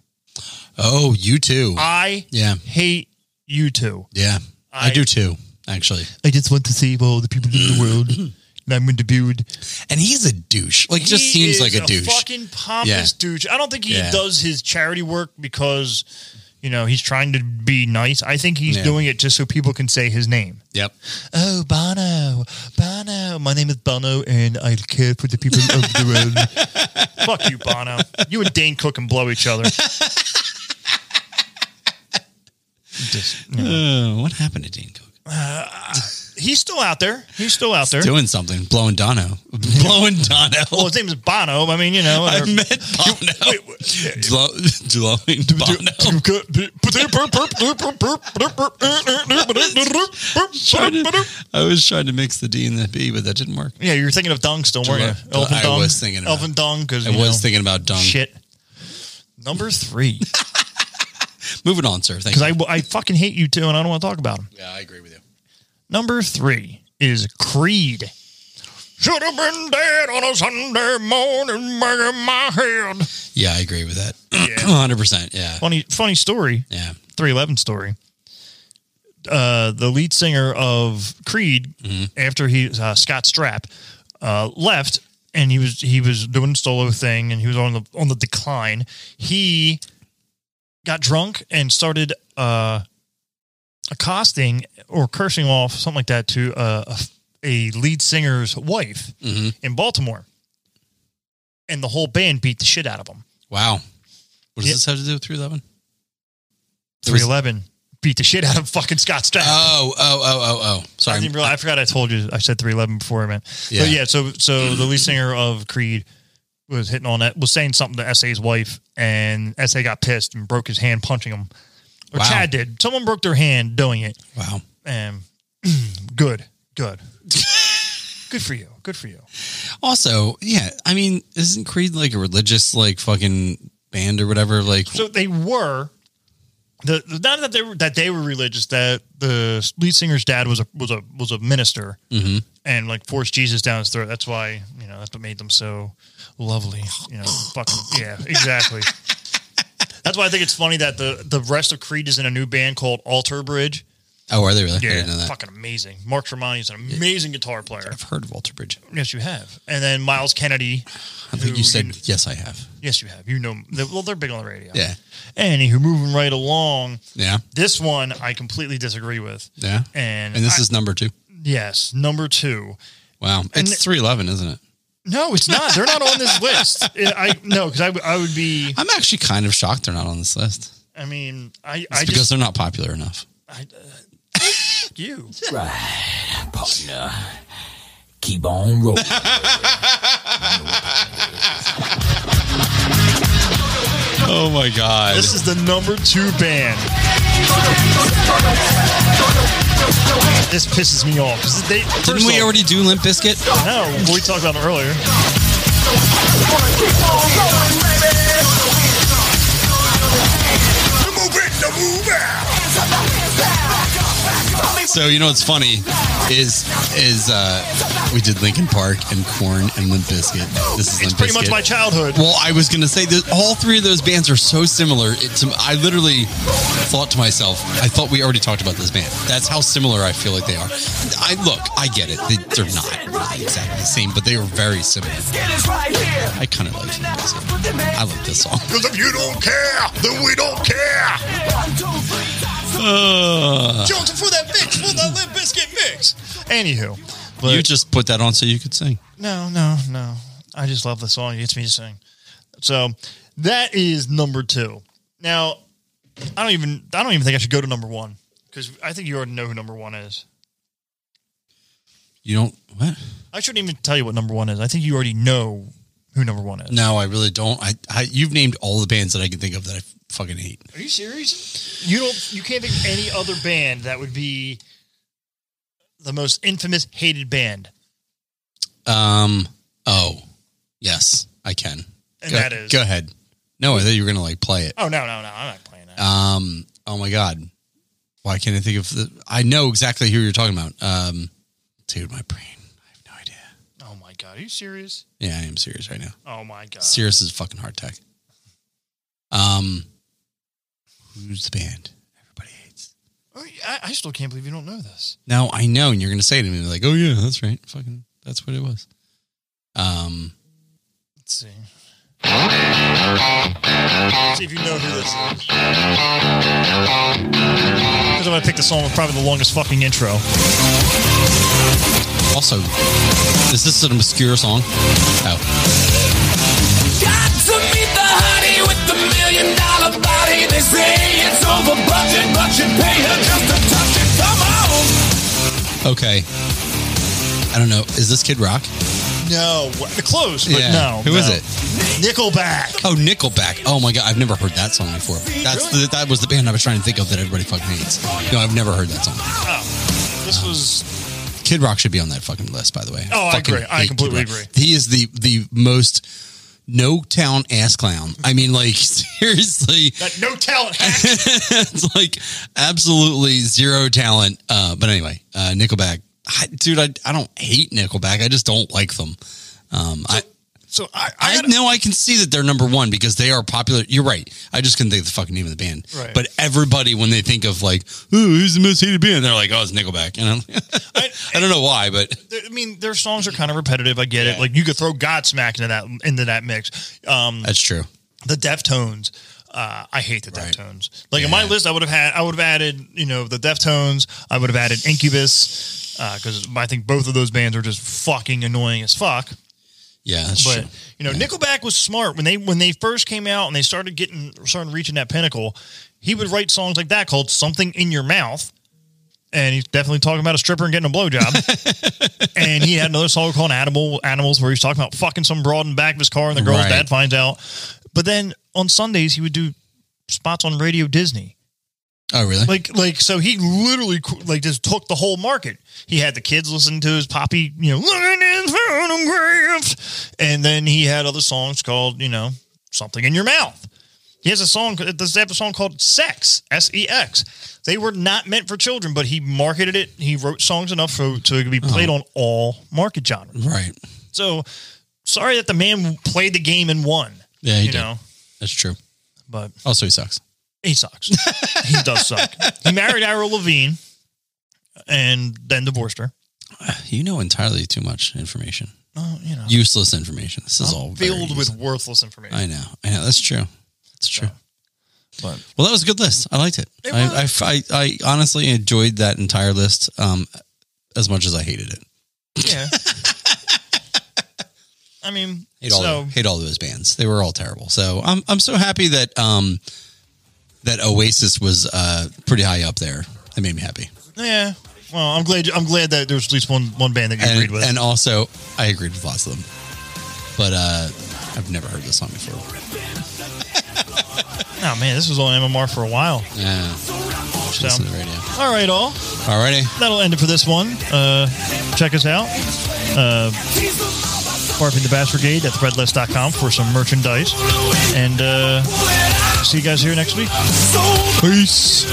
Speaker 2: Oh, you too.
Speaker 3: I
Speaker 2: yeah,
Speaker 3: hate you two.
Speaker 2: yeah. I,
Speaker 3: I-
Speaker 2: do too, actually.
Speaker 3: I just want to save all the people in the world. And I'm going to build.
Speaker 2: And he's a douche. Like, just seems like a, douche.
Speaker 3: Fucking pompous
Speaker 2: Yeah.
Speaker 3: douche. I don't think he
Speaker 2: Yeah.
Speaker 3: does his charity work because, you know, he's trying to be nice. I think he's
Speaker 2: Yeah.
Speaker 3: doing it just so people can say his name.
Speaker 2: yep.
Speaker 3: Oh, Bono, Bono. My name is Bono, and I care for the people of the world. Fuck you, Bono. You and Dane Cook can blow each other. Just, you know.
Speaker 2: Uh, what happened to Dean Cook?
Speaker 3: He's still out there. He's still out there.
Speaker 2: Doing something. Blowing Dono. Blowing Dono.
Speaker 3: Well, his name is Bono. I mean, you know.
Speaker 2: I
Speaker 3: or-
Speaker 2: met Bono. Blow, blowing Bono. Trying to- I was trying to mix the D and the B, but that didn't work.
Speaker 3: yeah, you're thinking of Dung still, weren't you?
Speaker 2: Well,
Speaker 3: Elfin
Speaker 2: I
Speaker 3: Dung.
Speaker 2: was thinking about-
Speaker 3: Elfin Dung because
Speaker 2: I was thinking about Dung.
Speaker 3: shit. Number three,
Speaker 2: Moving on, sir. Thank
Speaker 3: because
Speaker 2: you.
Speaker 3: I, I fucking hate you too, and I don't want to talk about him.
Speaker 2: yeah, I agree with you.
Speaker 3: Number three is Creed. Should have been dead on a Sunday morning, banging my head.
Speaker 2: Yeah, I agree with that. 100%. Yeah.
Speaker 3: Funny, funny story.
Speaker 2: Yeah.
Speaker 3: 311 story. Uh, the lead singer of Creed, after he uh, Scott Strapp uh, left, and he was he was doing his solo thing, and he was on the on the decline. He got drunk and started uh, accosting or cursing off something like that to uh, a, a lead singer's wife
Speaker 2: Mhm.
Speaker 3: in Baltimore, and the whole band beat the shit out of him.
Speaker 2: Wow. What does
Speaker 3: Yeah.
Speaker 2: this have to do with 311?
Speaker 3: 311 beat the shit out of fucking Scott Strapp.
Speaker 2: Oh, oh, oh, oh, oh. Sorry.
Speaker 3: Uh, I didn't realize. I forgot I told you. I said three eleven before I meant.
Speaker 2: Yeah.
Speaker 3: But yeah. So so the lead singer of Creed was hitting on that. Was saying something to Sa's wife, and Sa got pissed and broke his hand punching him. Or
Speaker 2: Wow.
Speaker 3: Chad did. Someone broke their hand doing it,
Speaker 2: Wow.
Speaker 3: and Good, good, good for you. Good for you.
Speaker 2: Also, yeah, I mean, isn't Creed like a religious like fucking band or whatever? Like,
Speaker 3: So they were. The, the- not that they were that they were religious. That the lead singer's dad was a was a was a minister
Speaker 2: Mm-hmm.
Speaker 3: and like forced Jesus down his throat. That's why you know that's what made them so lovely. You know, fucking yeah, exactly. that's why I think it's funny that the the rest of Creed is in a new band called Alter Bridge.
Speaker 2: oh, are they really? I
Speaker 3: Yeah,
Speaker 2: didn't know that.
Speaker 3: fucking amazing. Mark Tremonti is an amazing guitar player.
Speaker 2: I've heard of Walter Bridge.
Speaker 3: Yes, you have. And then Miles Kennedy.
Speaker 2: I think
Speaker 3: who
Speaker 2: you said yes. I have.
Speaker 3: yes, you have. You know, they- well, they're big on the radio.
Speaker 2: Yeah,
Speaker 3: Anywho, moving right along.
Speaker 2: yeah,
Speaker 3: This one I completely disagree with.
Speaker 2: yeah.
Speaker 3: And,
Speaker 2: And this
Speaker 3: I-
Speaker 2: is number two.
Speaker 3: yes, number two.
Speaker 2: Wow,
Speaker 3: and-
Speaker 2: it's three eleven, isn't it?
Speaker 3: No, it's not. They're not on this list. I I- no, because I, w- I would be.
Speaker 2: I'm actually kind of shocked they're not on this list.
Speaker 3: I mean, I
Speaker 2: It's
Speaker 3: I
Speaker 2: because
Speaker 3: just
Speaker 2: they're not popular enough.
Speaker 3: I, uh, fuck you.
Speaker 7: Keep on rolling.
Speaker 2: Oh my god!
Speaker 3: This is the number two band. This pisses me off. 'cause They,
Speaker 2: Didn't
Speaker 3: first
Speaker 2: we
Speaker 3: off-
Speaker 2: already do Limp Biscuit?
Speaker 3: No, we talked about it earlier.
Speaker 2: So you know what's funny is is uh, we did Linkin Park and Corn and Limp Biscuit. This is
Speaker 3: It's
Speaker 2: Limp
Speaker 3: pretty much
Speaker 2: Bizkit.
Speaker 3: my childhood.
Speaker 2: Well, I was gonna say that all three of those bands are so similar. It, to, I literally thought to myself, I thought we already talked about this band. That's how similar I feel like they are. I look, I get it. They, they're not really exactly the same, but they are very similar. I kind of like. Limp Bizkit. I like this song.
Speaker 3: Because if you don't care, then we don't care.
Speaker 2: Uh,
Speaker 3: Jones for that mix, for that Limp Biscuit mix. Anywho, but
Speaker 2: you just put that on so you could sing.
Speaker 3: no, no, no. I just love the song. It gets me to sing. So that is number two. Now, I don't even. I don't even think I should go to number one because I think you already know who number one is.
Speaker 2: You don't what?
Speaker 3: I shouldn't even tell you what number one is. I think you already know who number one is.
Speaker 2: No, I really don't. I, I you've named all the bands that I can think of that I fucking hate.
Speaker 3: Are you serious? You don't. You can't think of any other band that would be the most infamous hated band,
Speaker 2: Um. Oh, yes, I can.
Speaker 3: and
Speaker 2: go,
Speaker 3: that is.
Speaker 2: Go ahead. No, I thought you were gonna like play it.
Speaker 3: Oh no, no, no! I'm not playing that.
Speaker 2: Um. Oh my god. Why can't I think of the? I know exactly who you're talking about. Um. Dude, my brain. I have no idea.
Speaker 3: oh my god, are you serious?
Speaker 2: Yeah, I am serious right now.
Speaker 3: Oh my god.
Speaker 2: Serious is a fucking heart attack. Um. Who's the band? Everybody hates.
Speaker 3: Oh, I, I still can't believe you don't know this.
Speaker 2: Now I know, and you're gonna say to me like, "Oh yeah, that's right. Fucking, that's what it was." Um.
Speaker 3: Let's see. see if you know who this is. Because I'm gonna pick the song with probably the longest fucking intro.
Speaker 2: Also, is this an obscure song? Oh.
Speaker 8: Got to meet the honey with the million dollar body. They say it's over budget, but you pay her just to touch it. Come on.
Speaker 2: Okay. I don't know. Is this Kid Rock?
Speaker 3: No, the close, but no.
Speaker 2: Who is
Speaker 3: no.
Speaker 2: it?
Speaker 3: Nickelback.
Speaker 2: Oh, Nickelback. Oh my god, I've never heard that song before. That's the, that was the band I was trying to think of that everybody fucking hates. No, I've never heard that song.
Speaker 3: This was
Speaker 2: Kid Rock should be on that fucking list, by the way.
Speaker 3: Oh, I
Speaker 2: fucking
Speaker 3: agree. I
Speaker 2: hate
Speaker 3: completely
Speaker 2: Kid Rock.
Speaker 3: agree.
Speaker 2: He is the the most no town ass clown. I mean, like seriously,
Speaker 3: that no talent hack.
Speaker 2: it's like absolutely zero talent. Uh, but anyway, uh, Nickelback, I, dude, I, I don't hate Nickelback. I just don't like them. Um, I
Speaker 3: So I, I,
Speaker 2: I
Speaker 3: gotta-
Speaker 2: know I can see that they're number one because they are popular. You're right. I just couldn't think of the fucking name of the band.
Speaker 3: Right.
Speaker 2: But everybody, when they think of like, "Ooh, who's the most hated band? They're like, oh, it's Nickelback. You know,
Speaker 3: I,
Speaker 2: I don't know why, but
Speaker 3: I mean, their songs are kind of repetitive. I get it.
Speaker 2: Yeah.
Speaker 3: Like you could throw Godsmack into that into that mix. Um,
Speaker 2: that's true.
Speaker 3: the Deftones. Uh, I hate the
Speaker 2: Right.
Speaker 3: Deftones. Like in my list, I would have had, I would have added, you know, the Deftones. I would have added Incubus because I think both of those bands are just fucking annoying as fuck.
Speaker 2: Yeah, that's
Speaker 3: But
Speaker 2: true.
Speaker 3: you know, Nickelback was smart when they when they first came out and they started getting started reaching that pinnacle. He would write songs like that called "Something in Your Mouth," and he's definitely talking about a stripper and getting a blowjob. and he had another song called "Animal Animals" where he's talking about fucking some broad in the back of his car, and the girl's
Speaker 2: Right.
Speaker 3: dad finds out. But then on Sundays he would do spots on Radio Disney.
Speaker 2: Oh, really?
Speaker 3: Like, like, so he literally like just took the whole market. He had the kids listen to his poppy, you know, looking in photographs, and then he had other songs called, you know, something in your mouth. He has a song. Does have a song called "Sex"? S E X. They were not meant for children, but he marketed it. He wrote songs enough so so it could be played
Speaker 2: Uh-huh.
Speaker 3: on all market genres.
Speaker 2: right.
Speaker 3: So, sorry that the man played the game and won.
Speaker 2: Yeah, he
Speaker 3: you
Speaker 2: did.
Speaker 3: know,
Speaker 2: That's true.
Speaker 3: but
Speaker 2: Also, he sucks.
Speaker 3: he sucks. he does suck. He married Ira Levine and then divorced her.
Speaker 2: You know entirely too much information.
Speaker 3: Oh, you know,
Speaker 2: Useless information. This is all
Speaker 3: I'm
Speaker 2: very
Speaker 3: filled with
Speaker 2: useless.
Speaker 3: worthless information.
Speaker 2: I know. I know. That's true. That's true.
Speaker 3: but
Speaker 2: Well, that was a good list. I liked it.
Speaker 3: It
Speaker 2: I, I, I, I honestly enjoyed that entire list um, as much as I hated it.
Speaker 3: yeah. I mean,
Speaker 2: Hate all,
Speaker 3: so
Speaker 2: hate all those bands. They were all terrible. So I'm, I'm so happy that um, that Oasis was uh, pretty high up there. That made me happy.
Speaker 3: yeah. Well, I'm glad. I'm glad that there's at least one one band that you agreed
Speaker 2: And,
Speaker 3: with.
Speaker 2: and also, I agreed with lots of them. But uh, I've never heard this song before.
Speaker 3: oh man, this was on MMR for a while.
Speaker 2: Yeah.
Speaker 3: So.
Speaker 2: Listen to the radio.
Speaker 3: All right, all.
Speaker 2: Alrighty.
Speaker 3: That'll end it for this one. Uh, check us out. Uh, Barfing the Bass Brigade at threadless.com for some merchandise. And uh, see you guys here next week. Peace.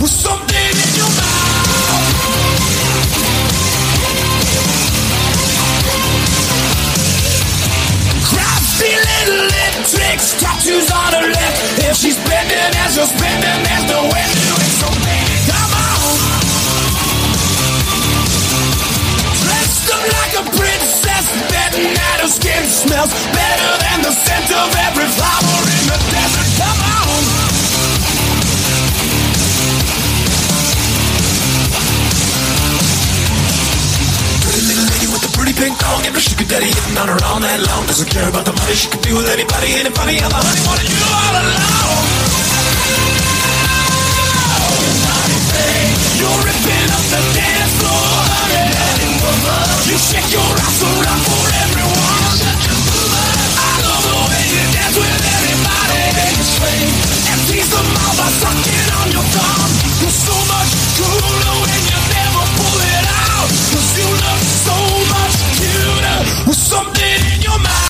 Speaker 8: With something in your mouth. Crafty little lip tricks, tattoos on her lip. If she's bending as you're spinning, there's no end to it. So baby, come on. Dressed up like a princess, betting that her skin smells better than the scent of every flower in the desert. Come on. Pretty little lady with a pretty pink thong And her sugar daddy hitting on her all night long Doesn't care about the money, she can be with anybody Anybody, I'm a honey, wanted you all alone Honey, babe, You're ripping up the dance floor, honey, honey, woman. You shake your ass around for everyone. I love the way you dance with everybody. And tease them all by sucking on your thumb. You're so much cooler when you never pull it out. 'Cause you look so much cuter with something in your mouth.